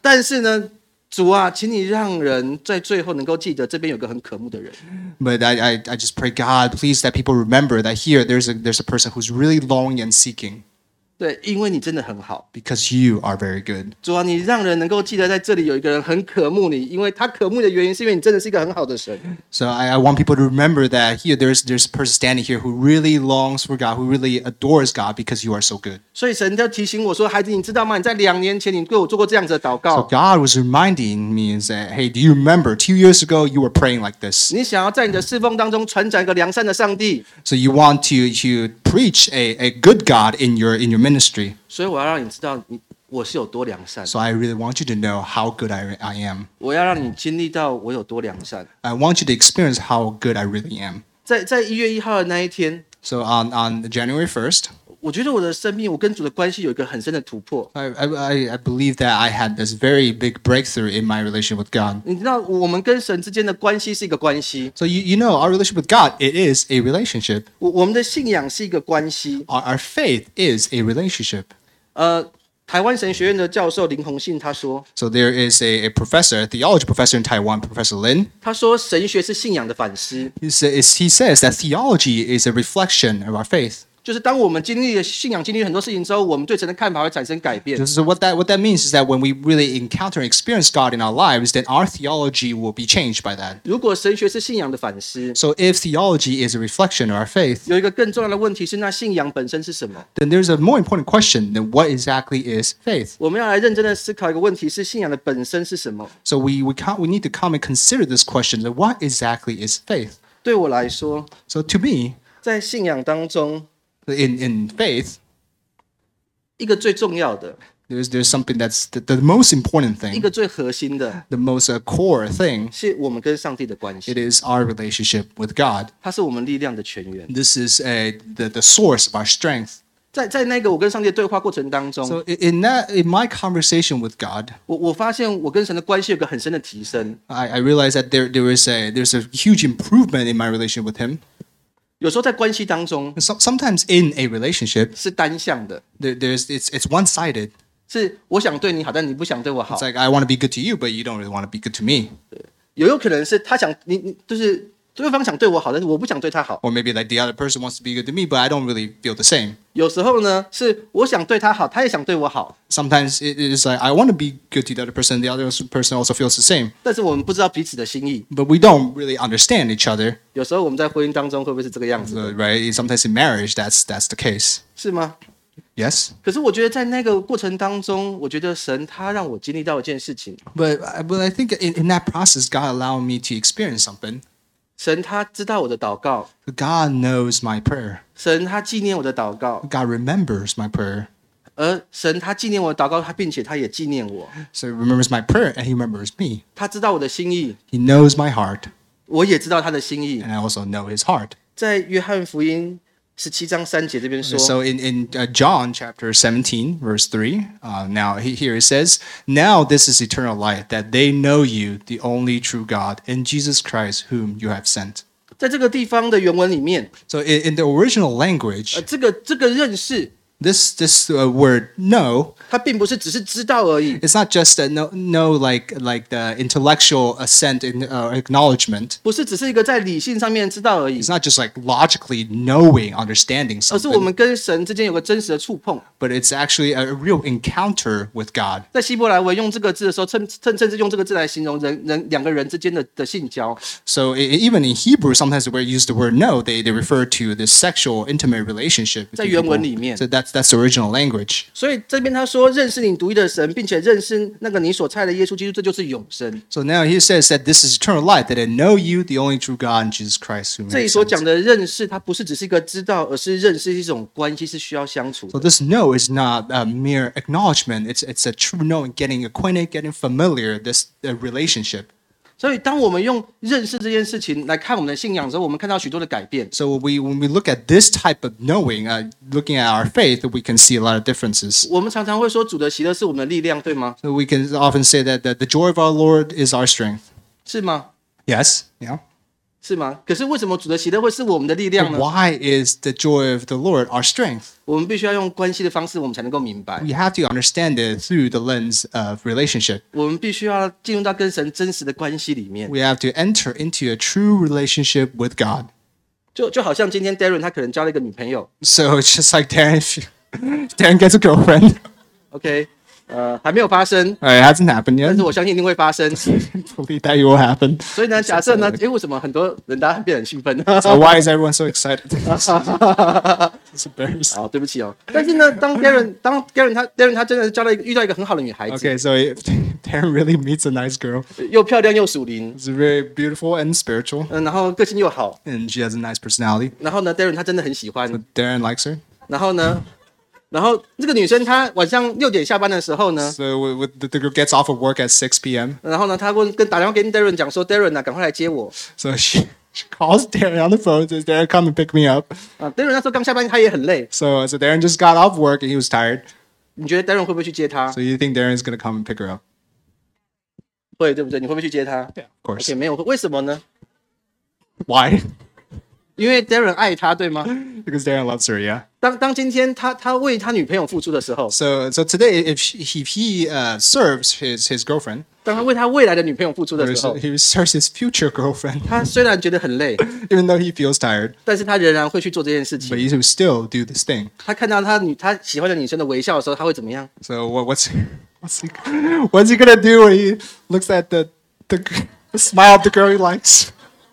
Speaker 3: 但是呢，主啊，请你让人在最后能够记得这边有个很渴慕的人。
Speaker 2: but I, I, I just pray God, please that people remember that here there's a there's a person who's really longing and seeking
Speaker 3: 对，因为你真的很好，
Speaker 2: because you are very good.
Speaker 3: 主啊，你让人能够记得在这里有一个人很渴慕你，因为他渴慕的原因是因为你真的是一个很好的神。
Speaker 2: So I, I want people to remember that here there's there's a person standing here who really longs for God, who really adores God because you are so good.
Speaker 3: 所以神就提醒我说：“孩子，你知道吗？你在两年前你对我做过这样子的祷
Speaker 2: So
Speaker 3: 告，
Speaker 2: God was reminding me and said, Hey, do you remember two years ago you were praying like this?
Speaker 3: 你想要在你的侍奉当中传讲一个良善的上帝，
Speaker 2: So you want to to preach a, a good God in your in your ministry.
Speaker 3: 所以我要让你知道你我是有多良善，
Speaker 2: So I really want you to know how good I, I am.
Speaker 3: 我要让你经历到我有多良善。
Speaker 2: I want you to experience how good I really am.
Speaker 3: 在”在一月一号的那一天，
Speaker 2: So on, on January 1st,
Speaker 3: 我觉得我的生命，我跟主的关系有一个很深的突破。
Speaker 2: I, I, I- I believe that I had this very big breakthrough in my relation with God.
Speaker 3: 你知道我们跟神之间的关系是一个关系，
Speaker 2: So you, you know, our relationship with God, it is a relationship.
Speaker 3: 我我们的信仰是一个关系。
Speaker 2: Our, our faith is a relationship.
Speaker 3: 呃，台湾神学院的教授林宏信他说
Speaker 2: So there is a, a professor, a theology professor in Taiwan, Professor Lin.
Speaker 3: 他说神学是信仰的反思，
Speaker 2: He says, he says that theology is a reflection of our faith.
Speaker 3: 就是当我们经历了信仰经历了很多事情之后，我们对神的看法会产生改变。
Speaker 2: So what that what that means is that when we really encounter and experience God in our lives, then our theology will be changed by that.
Speaker 3: 如果神学是信仰的反思，
Speaker 2: So if theology is a reflection of our faith,
Speaker 3: 有一个更重要的问题是，那信仰本身是什么？
Speaker 2: then there's a more important question than what exactly is faith.
Speaker 3: 我们要来认真的思考一个问题：是信仰的本身是什么？
Speaker 2: So we we can't, we need to come and consider this question that what exactly is faith?
Speaker 3: 对我来说，
Speaker 2: So to me,
Speaker 3: 在信仰当中，
Speaker 2: in in faith,
Speaker 3: 一个最重要的，
Speaker 2: there's there's something that's the, the most important
Speaker 3: 一
Speaker 2: thing,
Speaker 3: 个最核心的，
Speaker 2: the most uh, core thing.
Speaker 3: 是我们跟上帝的关
Speaker 2: It
Speaker 3: 系，
Speaker 2: is our relationship with God.
Speaker 3: 它是我们力量的泉源。
Speaker 2: This is a, the the source of our strength.
Speaker 3: 在在那个我跟上帝的对话过程当中，
Speaker 2: So i- in that in my conversation with God,
Speaker 3: 我我发现我跟神的关系有个很深的提升。
Speaker 2: I, I realized that there there is a there's a huge improvement in my relationship with Him.
Speaker 3: 有时候在关系当中
Speaker 2: So, sometimes in a relationship,
Speaker 3: 是单向的，
Speaker 2: there, there's it's it's one sided.
Speaker 3: 是我想对你好，但你不想对我好
Speaker 2: It's。like I want to be good to you, but you don't really want to be good to me.
Speaker 3: 也有可能是他想你你就是对方想对我好，但是我不想对他好。
Speaker 2: Or maybe like the other person wants to be good to me, but I don't really feel the same.
Speaker 3: 有时候呢，是我想对他好，他也想对我好，
Speaker 2: Sometimes it is like I want to be good to the other person, the other person also feels the same,
Speaker 3: 但是我们不知道彼此的心意。
Speaker 2: but we don't really understand each other,
Speaker 3: 有时候我们在婚姻当中会不会是这个样子？
Speaker 2: So, right? Sometimes in marriage, that's that's the case.
Speaker 3: 是吗？
Speaker 2: Yes,
Speaker 3: 可是我觉得在那个过程当中，我觉得神他让我经历到一件事情，
Speaker 2: but I- but I think in, in that process, God allowed me to experience something.
Speaker 3: 神他知道我的祷告，
Speaker 2: God knows my prayer.
Speaker 3: 神他纪念我的祷告，
Speaker 2: God remembers my prayer.
Speaker 3: 而神他纪念我的祷告，他并且他也纪念我，
Speaker 2: So he remembers my prayer and he remembers me.
Speaker 3: 他知道我的心意，
Speaker 2: He knows my heart
Speaker 3: 我也知道他的心意。
Speaker 2: and I also know his heart.
Speaker 3: 在约翰福音十七章三节这边说，
Speaker 2: So in, in uh, John chapter 17, verse 3, uh, now he, here it says, Now this is eternal life, that they know you, the only true God, and Jesus Christ, whom you have sent.
Speaker 3: 在这个地方的原文里面，
Speaker 2: So in, in the original language,
Speaker 3: 呃，这个这个认识，
Speaker 2: this this uh, word know,
Speaker 3: 它并不是只是知道而已，
Speaker 2: it's not just a no, no like like the intellectual assent and uh, acknowledgement.
Speaker 3: 不是只是一个在理性上面知道而已
Speaker 2: It's，not just like logically knowing, understanding
Speaker 3: 而是我
Speaker 2: something,
Speaker 3: 们跟神之间有个真实的触碰。
Speaker 2: but it's actually a real encounter with God.
Speaker 3: 在希伯来文用这个字的时候，甚甚甚至用这个字来形容人人两个人之间的的性交，
Speaker 2: So e- even in Hebrew, sometimes we use the word no. They, they refer to this sexual intimate relationship. between
Speaker 3: 在原文里面。
Speaker 2: people. So that's that's the original language.
Speaker 3: 所以这边他说认识你独一的神，并且认识那个你所差的耶稣基督，这就是永生。
Speaker 2: So now he says that this is eternal life, that I know you, the only true God, and Jesus Christ. Whom
Speaker 3: 这
Speaker 2: you
Speaker 3: 里
Speaker 2: have
Speaker 3: 所
Speaker 2: sent.
Speaker 3: 讲的认识，它不是只是一个知道，而是认识是一种关系，是需要相处
Speaker 2: So
Speaker 3: 的。
Speaker 2: this no is not a mere acknowledgement. It's it's a true knowing, getting acquainted, getting familiar. This uh, relationship.
Speaker 3: 所以，当我们用认识这件事情来看我们的信仰的时候，我们看到许多的改变。
Speaker 2: So we when we look at this type of knowing, uh, looking at our faith, we can see a lot of differences.
Speaker 3: 我们常常会说，主的喜乐是我们的力量，对吗？
Speaker 2: So we can often say that, that the joy of our Lord is our strength.
Speaker 3: 是吗？
Speaker 2: Yes. Yeah.
Speaker 3: 是吗？可是为什么主的喜乐会是我们的力
Speaker 2: But
Speaker 3: 量呢？
Speaker 2: why is the joy of the Lord our strength?
Speaker 3: 我们必须要用关系的方式，我们才能够明白。
Speaker 2: We have to understand it through the lens of relationship.
Speaker 3: 我们必须要进入到跟神真实的关系里面。
Speaker 2: We have to enter into a true relationship with God.
Speaker 3: 就就好像今天 Darren 他可能交了一个女朋友
Speaker 2: So it's just like Darren, if you- Darren gets a girlfriend.
Speaker 3: ，OK，呃，还没有发生，
Speaker 2: All right, it hasn't happened
Speaker 3: 但
Speaker 2: yet.
Speaker 3: 是我相信一定会发生。
Speaker 2: Believe that it will happen.
Speaker 3: 所以呢，假设呢，诶，为什么很多人大家变得很兴奋呢？
Speaker 2: So why is everyone so excited? it's embarrassing.
Speaker 3: 好，对不起哦。但是呢，当 Darren 当 Darren 他 Darren 他真的交了一个遇到一个很好的女孩子
Speaker 2: Okay, so if Darren really meets a nice girl,
Speaker 3: 又漂亮又属灵，
Speaker 2: it's very beautiful and spiritual,
Speaker 3: 嗯，然后个性又好，
Speaker 2: and she has a nice personality.
Speaker 3: 然后呢，Darren 他真的很喜欢，
Speaker 2: Darren likes her.
Speaker 3: 然后呢，然后这个女生她晚上六点下班的时候呢，
Speaker 2: So with, with the, the girl gets off of work at 6 p.m.
Speaker 3: 然后呢，她问跟打电话跟 Darren 讲说，Darren 啊，赶快来接我
Speaker 2: So she, she calls Darren on the phone, says, Darren, come and pick me up.
Speaker 3: 啊。Darren 那时候刚下班，他也很累，
Speaker 2: So, so Darren just got off work and he was tired.
Speaker 3: 你觉得 Darren 会不会去接她
Speaker 2: So？you think Darren's going to come and pick her up?
Speaker 3: 会，对不对？你会不会去接她
Speaker 2: Yeah, of course.
Speaker 3: ？OK，没有，为什么呢？
Speaker 2: Why?
Speaker 3: 因为 Darren 爱她，对吗？
Speaker 2: because Darren loves her. Yeah.
Speaker 3: 当当今天他他为他女朋友付出的时候，
Speaker 2: So so today, if he, if he uh, serves his his girlfriend,
Speaker 3: 当他为他未来的女朋友付出的
Speaker 2: or
Speaker 3: 时候，
Speaker 2: he serves his future girlfriend,
Speaker 3: 他虽然觉得很 累，
Speaker 2: even though he feels tired,
Speaker 3: 但是他仍然会去做这件事情
Speaker 2: but。he will still do this thing.
Speaker 3: 他看到他女他喜欢的女生的微笑的时候，他会怎么样？
Speaker 2: So what, what's what's he what's he gonna do when he looks at the the, g- the smile of the girl he likes?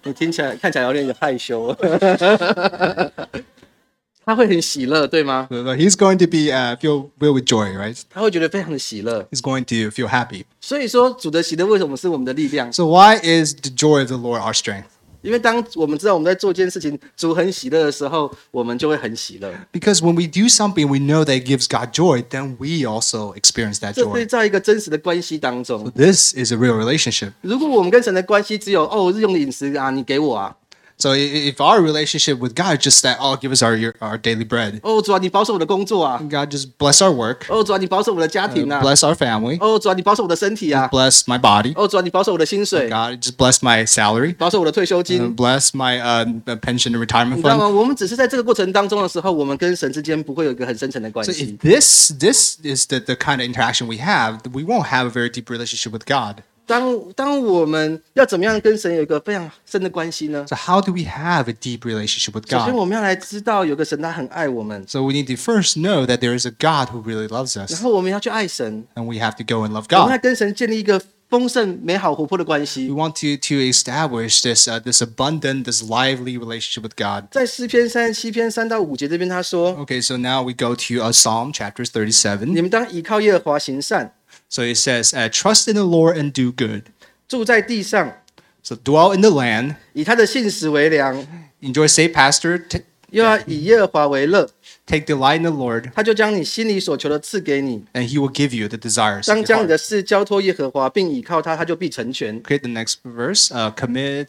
Speaker 3: 你听起来看起来有点害羞。 他会很喜乐，对吗？
Speaker 2: So He's going to be uh, feel filled with joy, right?
Speaker 3: 他会觉得非常的喜乐。
Speaker 2: He's going to feel happy.
Speaker 3: 所以说，主的喜乐为什么是我们的力量？
Speaker 2: So why is the joy of the Lord our strength?
Speaker 3: 因为当我们知道我们在做一件事情，主很喜乐的时候，我们就会很喜乐。
Speaker 2: Because when we do something we know that gives God joy, then we also experience that
Speaker 3: 这对
Speaker 2: joy.
Speaker 3: 在一个真实的关系当中，
Speaker 2: This is a real relationship.
Speaker 3: 如果我们跟神的关系只有哦日用的饮食啊，你给我啊，
Speaker 2: So i- if our relationship with God is just that, oh, give us our your- our daily bread.
Speaker 3: 哦主啊你保守我的工作啊，
Speaker 2: God just bless our work,
Speaker 3: 哦主啊你保守我的家庭啊，
Speaker 2: 嗯 bless our family,
Speaker 3: 哦主啊你保守我的身体啊，
Speaker 2: bless my body.
Speaker 3: 哦主啊你保守我的薪水，
Speaker 2: God just bless my salary,
Speaker 3: 保守我的退休金。
Speaker 2: bless my uh, pension and
Speaker 3: 你
Speaker 2: retirement
Speaker 3: 知道吗？
Speaker 2: fund.
Speaker 3: 我们只是在这个过程当中的时候，我们跟神之间不会有一个很深层的关
Speaker 2: So
Speaker 3: 系
Speaker 2: if。this this is the, the kind of interaction we have, we won't have a very deep relationship with God.
Speaker 3: 当当我们要怎么样跟神有一个非常深的关系呢？
Speaker 2: So how do we have a deep relationship with
Speaker 3: 首先，
Speaker 2: God?
Speaker 3: 我们要来知道有个神，他很爱我们，
Speaker 2: So we need to first know that there is a God who really loves
Speaker 3: 然
Speaker 2: us,
Speaker 3: 后我们要去爱神，
Speaker 2: and we have to go and love
Speaker 3: 我们要
Speaker 2: God.
Speaker 3: 跟神建立一个丰盛、美好、活泼的关
Speaker 2: We
Speaker 3: 系。
Speaker 2: want to to establish this uh, this abundant, this lively relationship with God.
Speaker 3: 在诗篇三十七篇三到五节这边，他说：“
Speaker 2: Okay, so now we go to uh, Psalm chapter 37.
Speaker 3: 你们当倚靠耶和华行善，
Speaker 2: So it says, uh, Trust in the Lord and do good.
Speaker 3: 住在地上，
Speaker 2: So dwell in the land,
Speaker 3: 以他的信实为粮，
Speaker 2: enjoy safe pasture, t-
Speaker 3: 又要以耶和华为乐，
Speaker 2: take delight in the Lord,
Speaker 3: 他就将你心里所求的赐给你。
Speaker 2: and he will give you the desires. of
Speaker 3: 当
Speaker 2: your
Speaker 3: 将你
Speaker 2: heart."
Speaker 3: 的事交托耶和华，并倚靠他，他就必成全。
Speaker 2: Okay, the next verse. Uh, commit,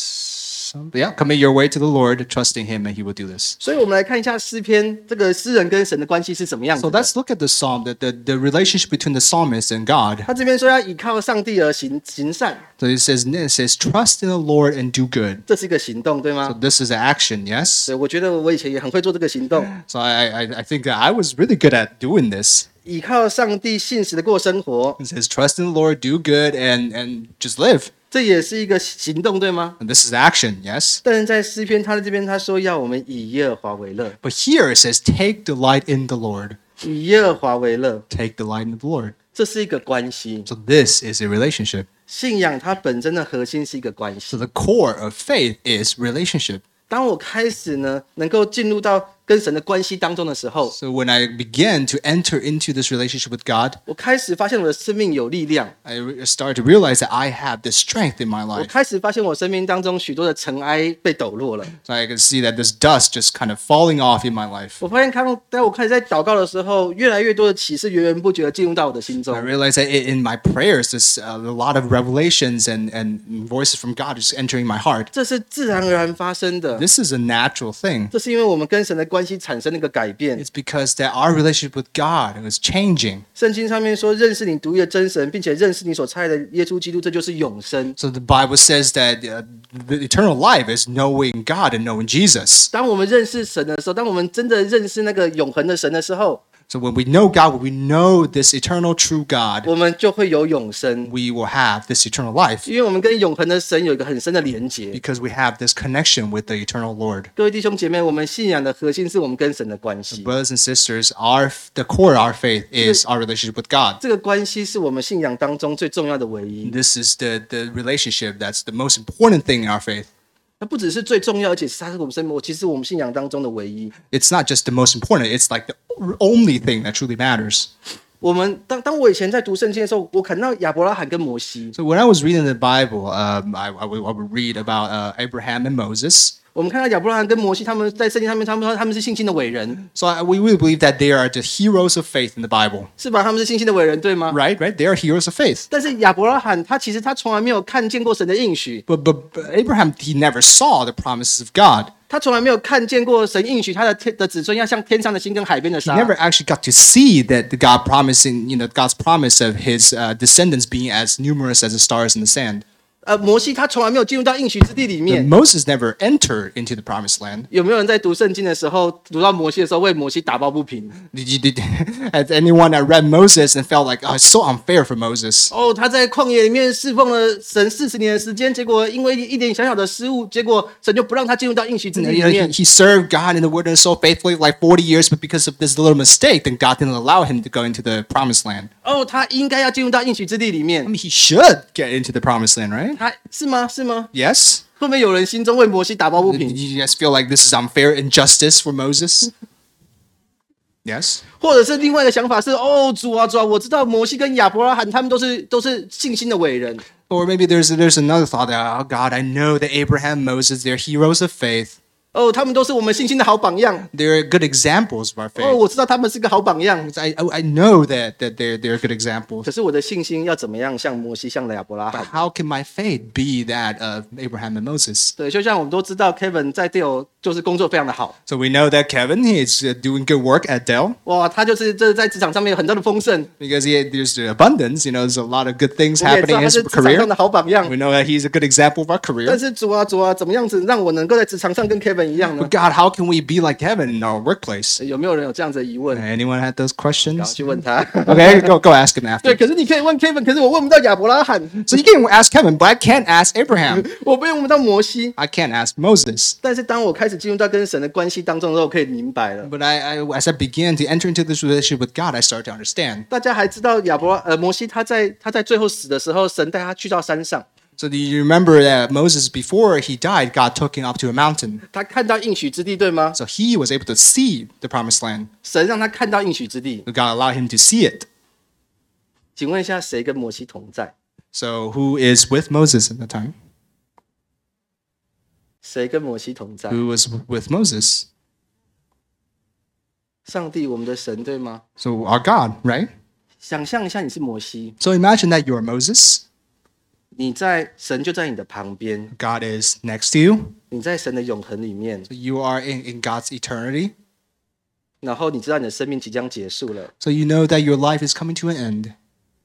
Speaker 2: some, yeah, commit your way to the Lord, trusting him, and he will do this.
Speaker 3: 所以，我们来看一下诗篇这个诗人跟神的关系是怎么样
Speaker 2: So
Speaker 3: 子的。
Speaker 2: let's look at the psalm, the, the, the relationship between the psalmist and God.
Speaker 3: 他这边说要倚靠上帝而行行善，
Speaker 2: So it says, it says, trust in the Lord and do good.
Speaker 3: 这是一个行动，对
Speaker 2: So
Speaker 3: 吗？
Speaker 2: this is an action, yes?
Speaker 3: 对，我觉得我以前也很会做这个 行动，
Speaker 2: So I, I, I think that I was really good at doing this.
Speaker 3: 倚靠上帝信实的过生活，
Speaker 2: It says, trust in the Lord, do good, and and just live.
Speaker 3: 这也是一个行动，对吗？
Speaker 2: And this is action, yes.
Speaker 3: 但是在诗篇，他的这边他说要我们以耶和华为乐，
Speaker 2: But here it says, take delight in the Lord.
Speaker 3: 以耶和华为乐，
Speaker 2: Take delight in the Lord.
Speaker 3: 这是一个关系。
Speaker 2: So this is a relationship.
Speaker 3: 信仰它本身的核心是一个关系
Speaker 2: So。the core of faith is relationship.
Speaker 3: 当我开始呢，能够进入到跟神的关系当中的时候，
Speaker 2: So when I begin to enter into this relationship with God,
Speaker 3: 我开始发现我的生命有力量，
Speaker 2: I re- start to realize that I have this strength in my
Speaker 3: 我
Speaker 2: life.
Speaker 3: 开始发现我生命当中许多的尘埃被抖落了。
Speaker 2: So I can see that this dust just kind of falling off in my life.
Speaker 3: 我发现，当当我开始在祷告的时候，越来越多的启示源源不绝的进入到我的心
Speaker 2: I
Speaker 3: 中。
Speaker 2: realize that i- in my prayers, there's uh, a lot of revelations and, and voices from God just entering my heart.
Speaker 3: 这是自然而然发生的，
Speaker 2: This is a natural thing.
Speaker 3: 这是因为我们跟神的关系产生了一个改变。
Speaker 2: It's because that our relationship with God is changing.
Speaker 3: 圣经上面说，认识你独一的真神，并且认识你所差的耶稣基督，这就是永生。
Speaker 2: So the Bible says that uh, the eternal life is knowing God and knowing Jesus.
Speaker 3: 当我们认识神的时候，当我们真的认识那个永恒的神的时候，
Speaker 2: So when we know God, when we know this eternal true God,
Speaker 3: 我们就会有永生，
Speaker 2: we will have this eternal life
Speaker 3: 因为我们跟永恒的神有一个很深的连结。
Speaker 2: because we have this connection with the eternal Lord.
Speaker 3: 各位弟兄姐妹，我们信仰的核心是我们跟神的关系，
Speaker 2: Brothers and sisters, our the core of our faith is our relationship with God.
Speaker 3: 这个关系是我们信仰当中最重要的唯一。
Speaker 2: This is the the relationship that's the most important thing in our faith.
Speaker 3: 它不只是最重要，而且是它是我们生活，其实我们信仰当中的唯一。
Speaker 2: It's not just the most important; it's like the only thing that truly matters.
Speaker 3: 我们当当我以前在读圣经的时候，我看到亚伯拉罕跟摩西，
Speaker 2: So when I was reading the Bible, um, I, I would, I would read about uh, Abraham and Moses.
Speaker 3: 我们看到亚伯拉罕跟摩西他们在圣经上面，他们说他们是信心的伟人，
Speaker 2: So I, we really believe that they are the heroes of faith in the Bible,
Speaker 3: 是吧？他们是信心的伟人，对吗？
Speaker 2: right? Right? They are heroes of faith.
Speaker 3: 但是亚伯拉罕他其实他从来没有看见过神的应许，
Speaker 2: But, but, but Abraham, he never saw the promises of God.
Speaker 3: 他从来没有看见过神应许他的天的子孙要像天上的星跟海边的
Speaker 2: He
Speaker 3: 沙。
Speaker 2: never actually got to see that the God promising, you know, God's promise of his uh, descendants being as numerous as the stars in the sand.
Speaker 3: 呃，摩西他从来没有进入到应许之地里
Speaker 2: And
Speaker 3: 面。
Speaker 2: Moses never entered into the promised land.
Speaker 3: 有没有人在读圣经的时候，读到摩西的时候为摩西打抱不平？
Speaker 2: Did you, did, has anyone that read Moses and felt like, oh, it's so unfair for Moses?
Speaker 3: 哦，他在旷野里面侍奉了神四十年的时间，结果因为一点小小的失误，结果神就不让他进入到应许之
Speaker 2: You
Speaker 3: 地
Speaker 2: know,
Speaker 3: 里
Speaker 2: you know, he,
Speaker 3: 面。
Speaker 2: he served God in the wilderness so faithfully, like 40 years, but because of this little mistake, then God didn't allow him to go into the promised land.
Speaker 3: 哦，他应该要进入到应许之地里
Speaker 2: I
Speaker 3: 面。
Speaker 2: mean, he should get into the promised land, right?
Speaker 3: 他是吗？是吗？
Speaker 2: Yes.
Speaker 3: 会不会有人心中为摩西打抱不
Speaker 2: Did
Speaker 3: 平，
Speaker 2: you guys feel like this is unfair injustice for Moses? Yes.
Speaker 3: 或者是另外一个想法是：哦，主啊主啊，我知道摩西跟亚伯拉罕他们都是都是信心的伟人，
Speaker 2: Or maybe there's there's another thought that oh God, I know that Abraham, Moses, they're heroes of faith.
Speaker 3: 哦，他们都是我们信心的好榜样。
Speaker 2: They're good examples of our
Speaker 3: 哦，
Speaker 2: faith.
Speaker 3: 我知道他们是个好榜样，
Speaker 2: I, I I know that that they're they're good examples.
Speaker 3: 可是我的信心要怎么样像摩西像亚伯拉罕
Speaker 2: But？how can my faith be that of Abraham and Moses?
Speaker 3: 对，就像我们都知道，Kevin 在 Dell 就是工作非常的好，
Speaker 2: So we know that Kevin is uh, doing good work at Dell
Speaker 3: 哇，他就是这在职场上面有很大的丰盛，
Speaker 2: because he there's the abundance. You know, there's a lot of good things
Speaker 3: 我们也
Speaker 2: happening
Speaker 3: 知
Speaker 2: in
Speaker 3: 道他
Speaker 2: his
Speaker 3: 是职场
Speaker 2: career.
Speaker 3: 上的好榜样
Speaker 2: We。know that he's a good example of our career.
Speaker 3: 但是主啊主啊，怎么样子让我能够在职场上跟 Kevin 一样呢
Speaker 2: But？God, how can we be like Kevin in our workplace?
Speaker 3: 有没有人有这样子的疑问？然
Speaker 2: Anyone had those
Speaker 3: 后
Speaker 2: questions?
Speaker 3: 去问他。
Speaker 2: Okay, go go ask him
Speaker 3: 对，
Speaker 2: after.
Speaker 3: 可是你可以问 Kevin，可是我问不到亚伯拉罕，
Speaker 2: So you can ask Kevin, but I can't ask Abraham.
Speaker 3: 我被问不到摩西。
Speaker 2: I can't ask Moses.
Speaker 3: 但是当我开始进入到跟神的关系当中的时候，我可以明白了。
Speaker 2: But I, I as I began to enter into this relationship with God, I started to understand.
Speaker 3: 大家还知道亚伯拉呃摩西他在他在最后死的时候，神带他去到山上，
Speaker 2: So do you remember that Moses, before he died, God took him up to a mountain,
Speaker 3: 他看到应许之地，对吗？
Speaker 2: so he was able to see the promised land.
Speaker 3: 神让他看到应许之地。
Speaker 2: God allowed him to see it.
Speaker 3: 请问一下，谁跟摩西同在？
Speaker 2: So who is with Moses at the time?
Speaker 3: 谁跟摩西同在？
Speaker 2: Who was with Moses?
Speaker 3: 上帝，我们的神，对吗？
Speaker 2: So our God, right?
Speaker 3: 想象一下，你是摩西，
Speaker 2: So imagine that you are Moses.
Speaker 3: 你在神就在你的旁边，
Speaker 2: God is next to you.
Speaker 3: 你在神的永恒里面，
Speaker 2: You are in, in God's eternity.
Speaker 3: 然后你知道你的生命即将结束了，
Speaker 2: So you know that your life is coming to an end.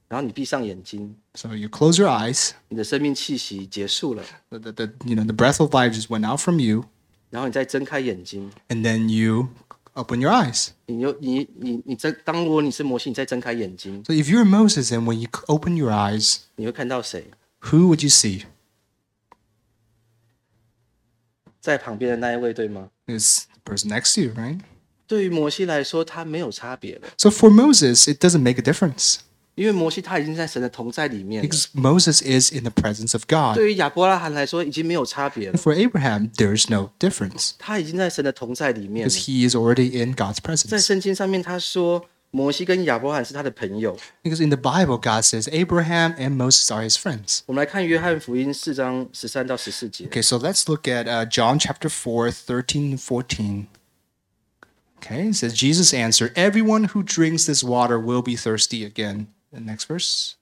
Speaker 3: 然后你闭上眼睛，
Speaker 2: So you close your eyes.
Speaker 3: 你的生命气息结束了，
Speaker 2: The, the, the, you know, the breath of life just went out from you.
Speaker 3: 然后你再睁开眼睛，
Speaker 2: And then you open your eyes.
Speaker 3: 你又你你你在当如果你是摩西，你再睁开眼睛，
Speaker 2: So if you're Moses and when you c- open your eyes,
Speaker 3: 你会看到谁
Speaker 2: who would you see?
Speaker 3: 在旁边的那一位，对吗？
Speaker 2: It's the person next to you, right?
Speaker 3: 对于摩西来说，他没有差别了，
Speaker 2: So for Moses, it doesn't make a difference
Speaker 3: 因为摩西他已经在神的同在里面了。
Speaker 2: because Moses is in the presence of God.
Speaker 3: 对于亚伯拉罕来说，已经没有差别了
Speaker 2: And，for Abraham, there is no difference
Speaker 3: 他已经在神的同在里面了
Speaker 2: because。he is already in God's
Speaker 3: 在
Speaker 2: presence.
Speaker 3: 圣经上面，他说摩西跟亚伯拉罕是他的朋友。
Speaker 2: Because in the Bible, God says Abraham and Moses are his friends.
Speaker 3: 我们来看约翰福音四章十三到十四节。
Speaker 2: Okay, so let's look at uh, John chapter 4, 13 and 14. Okay, it says, Jesus answered, Everyone who drinks this water will be thirsty again. The next verse.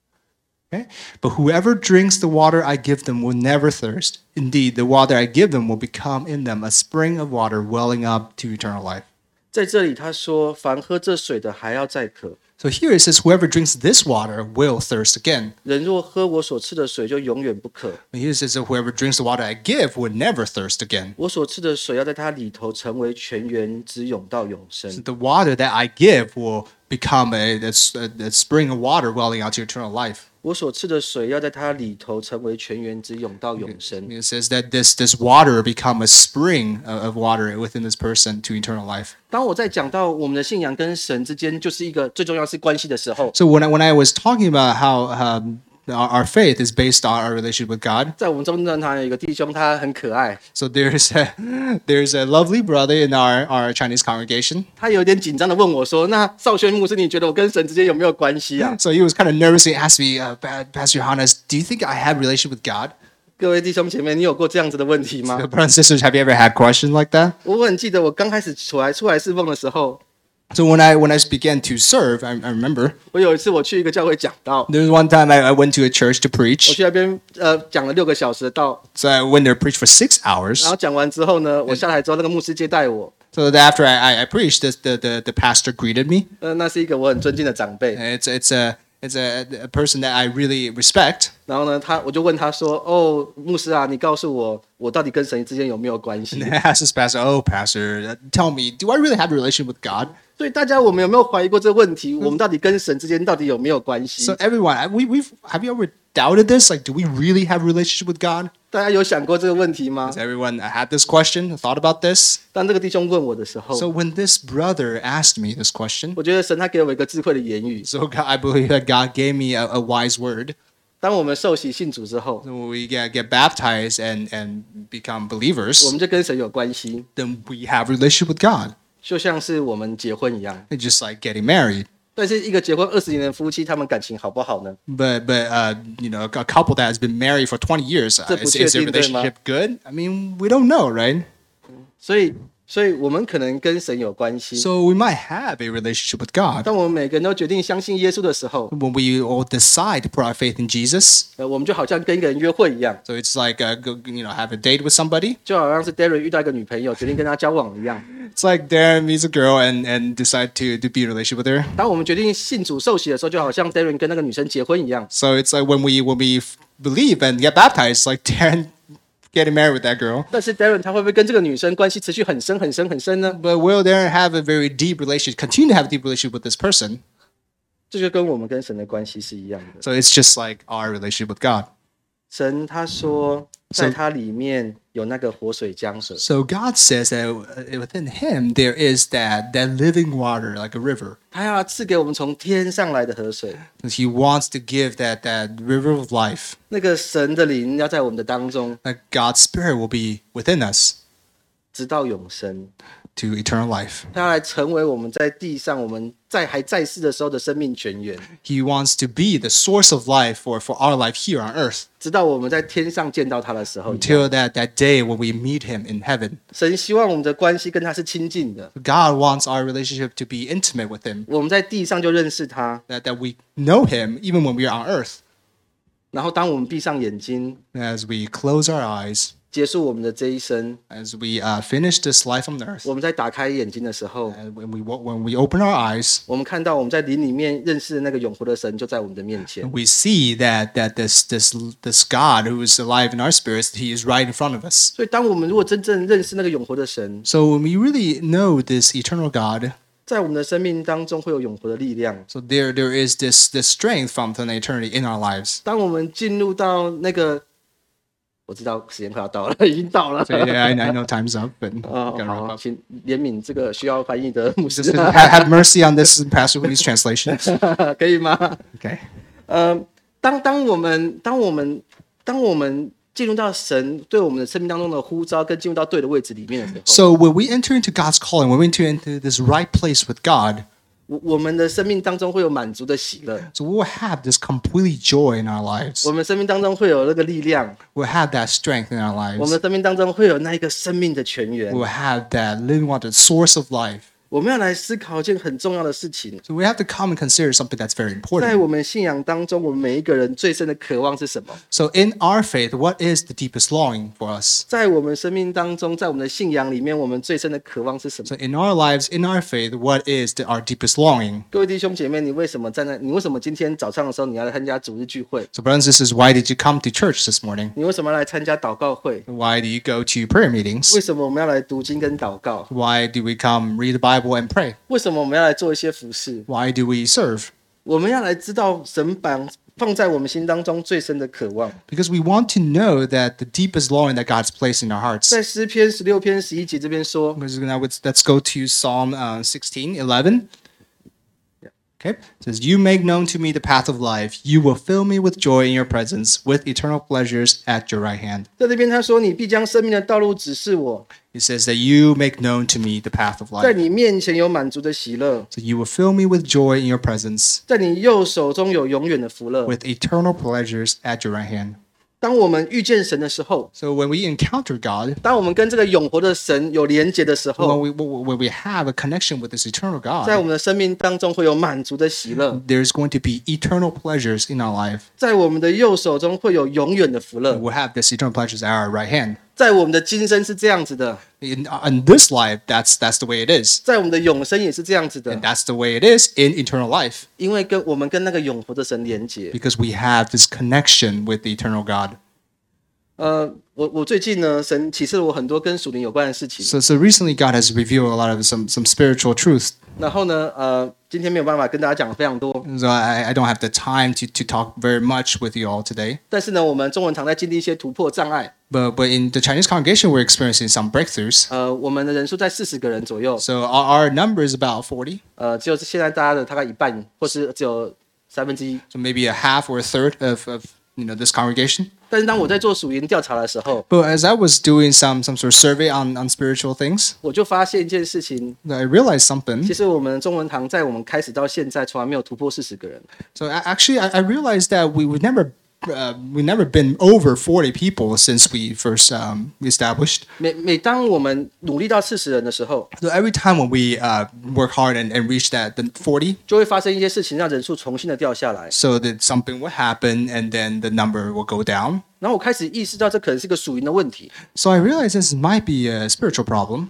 Speaker 2: Okay, but whoever drinks the water I give them will never thirst. Indeed, the water I give them will become in them a spring of water welling up to eternal life.
Speaker 3: 在这里他说：“凡喝这水的还要再渴，
Speaker 2: So here it says, Whoever drinks this water will thirst again.
Speaker 3: 人若喝我所赐的水，就永远不渴。
Speaker 2: And here it says, Whoever drinks the water I give will never thirst again.
Speaker 3: 我所赐的水要在它里头成为泉源，直涌到永生。
Speaker 2: the water that I give will become a, a, a spring of water welling out to eternal life.
Speaker 3: 我所赐的水要在它里头成为泉源，直涌到永
Speaker 2: I
Speaker 3: 生。
Speaker 2: mean, It says that this this water become a spring of, of water within this person to eternal life. ”
Speaker 3: 当我在讲到我们的信仰跟神之间就是一个最重要是关系的时候，
Speaker 2: So when I, when I was talking about how um, our, our faith is based on our relationship with God,
Speaker 3: 在我们中间堂有一个弟兄，他很可爱，
Speaker 2: so there's a, there's a lovely brother in our, our Chinese congregation.
Speaker 3: 他有点紧张的问我说：“那少轩牧师，你觉得我跟神之间有没有关系啊
Speaker 2: So he was kind of nervous. He asked me, uh, "Pa- Pastor Johannes, do you think I have a relationship with God?？”
Speaker 3: 各位弟兄姐妹，你有过这样子的问题
Speaker 2: So
Speaker 3: 吗？
Speaker 2: brothers and sisters, have you ever had questions like that?
Speaker 3: 我很记得我刚开始出来出来侍奉的时候，
Speaker 2: So when I when I began to serve, I, I remember
Speaker 3: 我有一次我去一个教会讲道，
Speaker 2: There was one time I, I went to a church to
Speaker 3: 我
Speaker 2: preach.
Speaker 3: 去那边呃讲了六个小时的道，
Speaker 2: So I went there to preach for six
Speaker 3: 然
Speaker 2: hours.
Speaker 3: 后讲完之后呢，我下来之后，那个牧师接待我，
Speaker 2: So that after I, I, I preached, the, the, the, the pastor greeted me.
Speaker 3: 呃，那是一个我很尊敬的长辈，
Speaker 2: It's, it's, a, It's a, a person that I really respect.
Speaker 3: 然后呢，他我就问他说：“哦，牧师啊，你告诉我，我到底跟神之间有没有关系
Speaker 2: And I asked this pastor, "Oh, pastor, uh, tell me, do I really have a relation with God?"？”
Speaker 3: 所以大家，我们有没有怀疑过这个问
Speaker 2: 嗯
Speaker 3: 题？我们到底跟神之间到底有没有关系
Speaker 2: So？everyone, I- we, we've have you ever doubted this? Like, do we really have a relationship with God?
Speaker 3: 大家有想过这个问题吗
Speaker 2: Has？everyone had this question, thought about this?
Speaker 3: 当这个弟兄问我的时候
Speaker 2: So when this brother asked me this question,
Speaker 3: 我觉得神他给我一个智慧的言语。
Speaker 2: so God, I believe that God gave me a, a wise word.
Speaker 3: 当我们受洗信主之后，
Speaker 2: So when we get, get baptized and and become
Speaker 3: 我
Speaker 2: believers,
Speaker 3: 们就跟神有关系，
Speaker 2: then we have a relationship with God.
Speaker 3: 就像是我们结婚一样。
Speaker 2: It's just like getting married.
Speaker 3: 但是一个结婚二十年的夫妻，他们感情好不好呢？
Speaker 2: But but uh, you know, a couple that has been married for 20 years, uh,
Speaker 3: It's a
Speaker 2: is, is their
Speaker 3: 不确定，对吗？
Speaker 2: relationship good? I mean, we don't know, right?
Speaker 3: 所以，所以我们可能跟神有关系。
Speaker 2: So we might have a relationship with God.
Speaker 3: 当我们每个人都决定相信耶稣的时候，
Speaker 2: when we all decide to put our faith in Jesus.
Speaker 3: 呃，我们就好像跟一个人约会一样，
Speaker 2: So it's like uh, go, you know have a date with somebody.
Speaker 3: 就好像是 Darren 遇到一个女朋友，决定跟她交往一样。
Speaker 2: It's like Darren meets a girl and and decide to to be in a relationship with her.
Speaker 3: 当我们决定信主受洗的时候，就好像 Darren 跟那个女生结婚一样。
Speaker 2: So it's like when we when we f- believe and get baptized, like Darren getting married with that girl.
Speaker 3: 但是 Darren 他会不会跟这个女生关系持续很深很深很深呢？
Speaker 2: But will Darren have a very deep relationship? Continue to have a deep relationship with this person.
Speaker 3: 这就跟我们跟神的关系是一样的。
Speaker 2: So it's just like our relationship with God.
Speaker 3: 神他说，
Speaker 2: So-
Speaker 3: 在它里面有那个活水江水，
Speaker 2: So God says that uh, within Him there is that that living water, like a river.
Speaker 3: 他要赐给我们从天上来的河水。
Speaker 2: He wants to give that that river of life.
Speaker 3: 那个神的灵要在我们的当中，
Speaker 2: that God's Spirit will be within us
Speaker 3: 直到永生。
Speaker 2: to eternal life.
Speaker 3: 他要来成为我们在地上，我们在还在世的时候的生命泉源，
Speaker 2: He wants to be the source of life for, for our life here on earth
Speaker 3: 直到我们在天上见到他的时候。
Speaker 2: until that, that day when we meet Him in heaven.
Speaker 3: 神希望我们的关系跟他是亲近的，
Speaker 2: God wants our relationship to be intimate with Him,
Speaker 3: 我们在地上就认识他，
Speaker 2: that, that we know Him even when we are on earth.
Speaker 3: 然后当我们闭上眼睛，
Speaker 2: As we close our eyes,
Speaker 3: 结束我们的这一生，
Speaker 2: as we uh, finish this life on earth,
Speaker 3: 我们在打开眼睛的时候，
Speaker 2: and when we, when we open our eyes,
Speaker 3: 我们看到我们在灵里面认识的那个永活的神就在我们的面前。
Speaker 2: we see that, that this, this, this God who is alive in our spirits, He is right in front of us.
Speaker 3: 所以，当我们如果真正认识那个永活的神，
Speaker 2: So when we really know this eternal God,
Speaker 3: 在我们的生命当中会有永活的力量。
Speaker 2: So there, there is this this strength from an eternity in our lives.
Speaker 3: 当我们进入到那个，我知道时间快要到了，已经到了。
Speaker 2: So yeah, I, I know time's up, but
Speaker 3: 哦
Speaker 2: gotta，wrap
Speaker 3: 好，
Speaker 2: up.
Speaker 3: 请怜悯这个需要翻译的牧 师
Speaker 2: Just，have, have mercy on this Pastor Woody's translation.
Speaker 3: 可以吗？
Speaker 2: Okay.
Speaker 3: 呃，当当我们当我们当我们进入到神对我们的生命当中的呼召，跟进入到对的位置里面的时候，
Speaker 2: So when we enter into God's calling, when we enter into this right place with God,
Speaker 3: 我我们的生命当中会有满足的喜乐，
Speaker 2: so we will have this completely joy in our
Speaker 3: 我
Speaker 2: lives.
Speaker 3: 们生命当中会有那个力量，
Speaker 2: We'll have that strength in our
Speaker 3: 我们
Speaker 2: lives.
Speaker 3: 生命当中会有那一个生命的泉源
Speaker 2: We'll。have that living water, the source of life.
Speaker 3: 我们要来思考一件很重要的事情，
Speaker 2: So we have to come and consider something that's very
Speaker 3: 在
Speaker 2: important.
Speaker 3: 我们信仰当中，我们每一个人最深的渴望是什么？
Speaker 2: So in our faith, what is the deepest longing for us?
Speaker 3: 在我们生命当中，在我们的信仰里面，我们最深的渴望是什么
Speaker 2: So？in our lives, in our faith, what is the, our deepest longing?
Speaker 3: 各位弟兄姐妹，你为什么站在？你为什么今天早上的时候你要来参加主日聚会？
Speaker 2: So, brothers and sisters, why did you come to church this morning?
Speaker 3: 你为什么要来参加祷告会？
Speaker 2: Why do you go to prayer meetings?
Speaker 3: 为什么我们要来读经跟祷告？
Speaker 2: Why do we come read the Bible and pray?
Speaker 3: 为什么我们要来做一些服饰？
Speaker 2: Why do we serve?
Speaker 3: 我们要来知道神榜放在我们心当中最深的渴望。
Speaker 2: Because we want to know that the deepest longing that God's placed in our hearts.
Speaker 3: 在诗篇十六篇十一节这边说，
Speaker 2: Because now let's- Let's go to Psalm uh, 16, 11. Okay. It says, You make known to me the path of life. You will fill me with joy in your presence, with eternal pleasures at your right hand.
Speaker 3: 在这边他说：“你必将生命的道路指示我，
Speaker 2: It says that you make known to me the path of life.
Speaker 3: 在你面前有满足的喜乐，
Speaker 2: So you will fill me with joy in your presence,
Speaker 3: 在你右手中有永远的福乐。
Speaker 2: with eternal pleasures at your right hand. ”
Speaker 3: 当我们遇见神的时候，
Speaker 2: So when we encounter God,
Speaker 3: 当我们跟这个永活的神有连结的时
Speaker 2: when
Speaker 3: 候，
Speaker 2: we when we have a connection with this eternal
Speaker 3: 在我
Speaker 2: God,
Speaker 3: 们的生命当中会有满足的喜乐，
Speaker 2: there's going to be eternal pleasures in our life.
Speaker 3: 在我们的右手中会有永远的福乐，Oh.
Speaker 2: We'll have this eternal pleasures at our right hand.
Speaker 3: 在我们的今生是这样子的，
Speaker 2: In, in this life, that's that's the way it is,
Speaker 3: 在我们的永生也是这样子
Speaker 2: and
Speaker 3: 的，
Speaker 2: that's the way it is in eternal life
Speaker 3: 因为跟我们跟那个永活的神连接。
Speaker 2: because we have this connection with the eternal God.
Speaker 3: 呃，我我最近呢，神启示了我很多跟属灵有关的事情。
Speaker 2: So so recently, God has revealed a lot of some some spiritual truths.
Speaker 3: 然后呢，呃，今天没有办法跟大家讲得非常多，
Speaker 2: So I, I don't have the time to, to talk very much with you all today.
Speaker 3: 但是呢，我们中文堂在经历一些突破障碍。
Speaker 2: But but in the Chinese congregation, we're experiencing some breakthroughs.
Speaker 3: 呃，我们的人数在四十个人左右，
Speaker 2: So our, our number is about forty.
Speaker 3: 呃，只有现在大家的大概一半，或是只有三分之一。
Speaker 2: so maybe a half or a third of, of you know this congregation.
Speaker 3: 但是当我在做属灵调查的时候，
Speaker 2: But as I was doing some some sort of survey on, on spiritual things,
Speaker 3: 我就发现一件事情，
Speaker 2: I realized something.
Speaker 3: 其实我们中文堂在我们开始到现在，从来没有突破四十个人。
Speaker 2: So a- actually, I, I realized that we would never. Uh, we never been over 40 people since we first um, established
Speaker 3: 每每当我们努力到四十人的时候，
Speaker 2: so every time when we uh, work hard and, and reach that the 40
Speaker 3: 就会发生一些事情，让人数重新的掉下来。
Speaker 2: so that something will happen and then the number will go down
Speaker 3: 然后我开始意识到，这可能是个属灵的问题。
Speaker 2: so i realized this might be a spiritual problem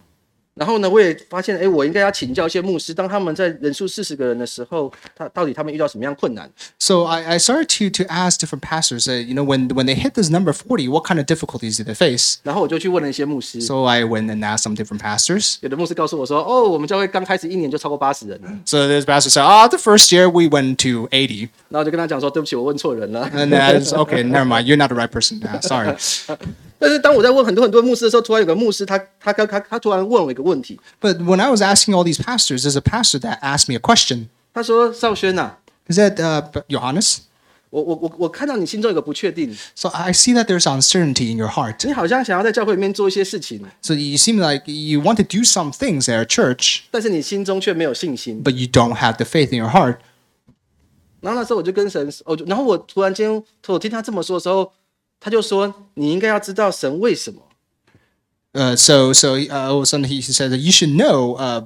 Speaker 3: 然后呢，我也发现，哎，我应该要请教一些牧师，当他们在人数四十个人的时候，他到底他们遇到什么样困难？
Speaker 2: so i, I started to, to ask different pastors uh, you know when, when they hit this number 40 what kind of difficulties do they face
Speaker 3: 然后我就去问了一些牧师，
Speaker 2: So I went and asked some different pastors.
Speaker 3: 有的牧师告诉我说，哦，我们教会刚开始一年就超过八十人了。
Speaker 2: So this pastor said, "Ah, the first year we went to 80."
Speaker 3: 然后我就跟他讲说，对不起，我问错人了。
Speaker 2: And then I was, okay, never mind. You're not the right person. Nah, sorry.
Speaker 3: 但是当我在问很多很多牧师的时候，突然有个牧师，他他他他他突然问我一个问题，
Speaker 2: But when I was asking all these pastors, there's a pastor that asked me a question.
Speaker 3: 他说：“少轩呐、
Speaker 2: Is that uh, Johannes?
Speaker 3: 我我我我看到你心中有个不确定，
Speaker 2: So I see that there's uncertainty in your heart.
Speaker 3: 你好像想要在教会里面做一些事情，
Speaker 2: So you seem like you want to do some things at our church,
Speaker 3: 但是你心中却没有信心。
Speaker 2: but you don't have the faith in your heart. ”
Speaker 3: 然后那时候我就跟神，我就然后我突然间我听他这么说的时候，他就说：“你应该要知道神为什么。
Speaker 2: Uh, so so uh, all of a sudden he said that you should know uh,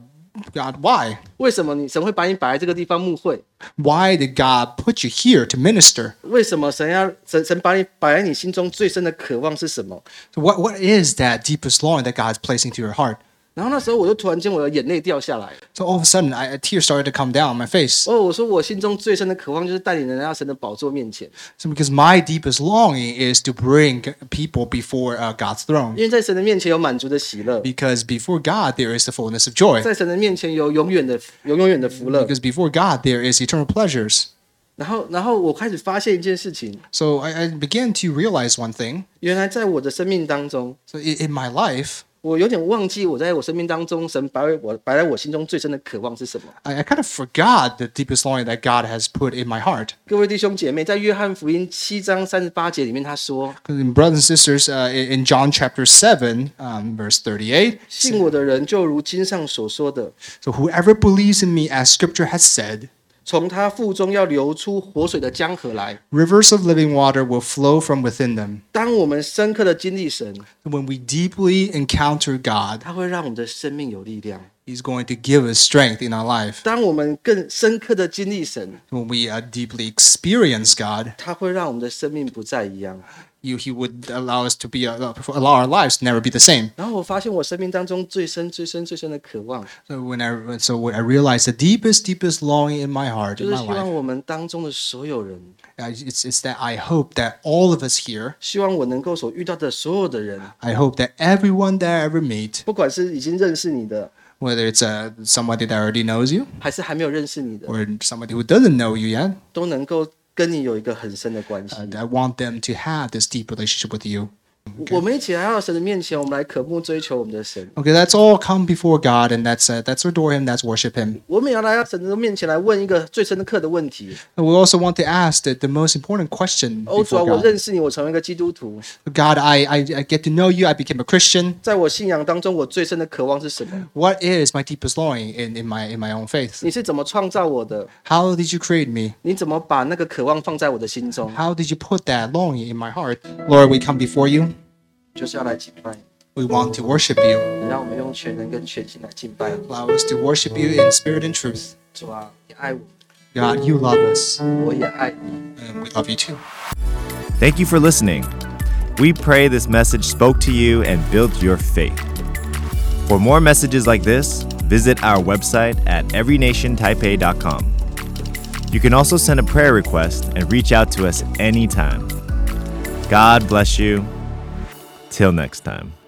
Speaker 2: God why.
Speaker 3: 为什么你神会把你摆在这个地方牧会？
Speaker 2: Why did God put you here to minister?
Speaker 3: 为什么神要神神把你摆在你心中最深的渴望是什么？
Speaker 2: So what, what is that deepest longing that God's placing through your heart?
Speaker 3: 然后那时候我就突然间我的眼泪掉下来。
Speaker 2: So all of a sudden, I, a tear started to come down my face.
Speaker 3: 哦，我说我心中最深的渴望就是带领人来到神的宝座面前，
Speaker 2: So because my deepest longing is to bring people before uh, God's
Speaker 3: 因
Speaker 2: throne.
Speaker 3: 为在神的面前有满足的喜乐，
Speaker 2: Because before God, there is the fullness of joy.
Speaker 3: 在神的面前有永远的有永远的福乐。
Speaker 2: Because before God, there is eternal pleasures.
Speaker 3: 然后，然后我开始发现一件事情，
Speaker 2: So I, I began to realize one thing.
Speaker 3: 原来在我的生命当中，
Speaker 2: So in, in my life,
Speaker 3: 我有点忘记我在我生命当中，神摆我摆在我心中最深的渴望是什么。
Speaker 2: I, I kind of forgot the deepest longing that God has put in my heart.
Speaker 3: 各位弟兄姐妹，在约翰福音七章三十八节里面，他说
Speaker 2: 'Cause in brothers and sisters, uh, in in John chapter 7, um, verse 38,：“
Speaker 3: 信我的人就如经上所说的，
Speaker 2: so whoever believes in me, as scripture has said,
Speaker 3: 从他腹中要流出活水的江河来。
Speaker 2: Rivers of living water will flow from within them. ”
Speaker 3: 当我们深刻的经历神，
Speaker 2: When we deeply encounter God,
Speaker 3: 他会让我们的生命有力量。
Speaker 2: He's going to give us strength in our life.
Speaker 3: 当我们更深刻的经历神，
Speaker 2: When we uh, deeply experience God,
Speaker 3: 他会让我们的生命不再一样。
Speaker 2: you, He would allow us to be uh, allow our lives to never be the same.
Speaker 3: 然后我发现我生命当中最深、最深、最深的渴望，
Speaker 2: So when I so when I realized the deepest deepest longing in my heart
Speaker 3: 就
Speaker 2: in my
Speaker 3: 是希望
Speaker 2: life,
Speaker 3: 我们当中的所有人，
Speaker 2: uh, it's it's that I hope that all of us here,
Speaker 3: 希望我能够所遇到的所有的人，
Speaker 2: I hope that everyone that I ever meet,
Speaker 3: 不管是已经认识你的，
Speaker 2: whether it's uh, somebody that already knows you
Speaker 3: 还是还没有认识你的，
Speaker 2: or somebody who doesn't know you yet,
Speaker 3: 都能够跟你有一个很深的关系。
Speaker 2: uh, I want them to have this deep relationship with you.
Speaker 3: 我们一起来到神的面前，我们来渴慕追求我们的神。
Speaker 2: Okay, that's all come before God, and that's uh, that's adore Him, that's worship Him.
Speaker 3: 我们也要来到神的面前来问一个最深的刻的问题：
Speaker 2: And we also want to ask that the most important question
Speaker 3: 哦，主啊，
Speaker 2: before
Speaker 3: 我
Speaker 2: God.
Speaker 3: 认识你，我成为一个基督徒，
Speaker 2: God, I, I I get to know you. I became a Christian.
Speaker 3: 在我信仰当中，我最深的渴望是什么？
Speaker 2: What is my deepest longing in, in my in my own faith?
Speaker 3: 你是怎么创造我的？
Speaker 2: How did you create me?
Speaker 3: 你怎么把那个渴望放在我的心中？
Speaker 2: How did you put that longing in my heart? Lord, we come before you.
Speaker 3: 就是要来敬拜你。
Speaker 2: We want to worship you.
Speaker 3: 你让我们用全人跟全心来敬拜你，
Speaker 2: Allow us to worship you in spirit and truth.
Speaker 3: 主啊，你爱我，
Speaker 2: God, you love us,
Speaker 3: 我也爱你。
Speaker 2: and we love you too.
Speaker 1: Thank you for listening. We pray this message spoke to you and built your faith. For more messages like this, visit our website at everynationtaipei.com. You can also send a prayer request and reach out to us anytime. God bless you. Till next time.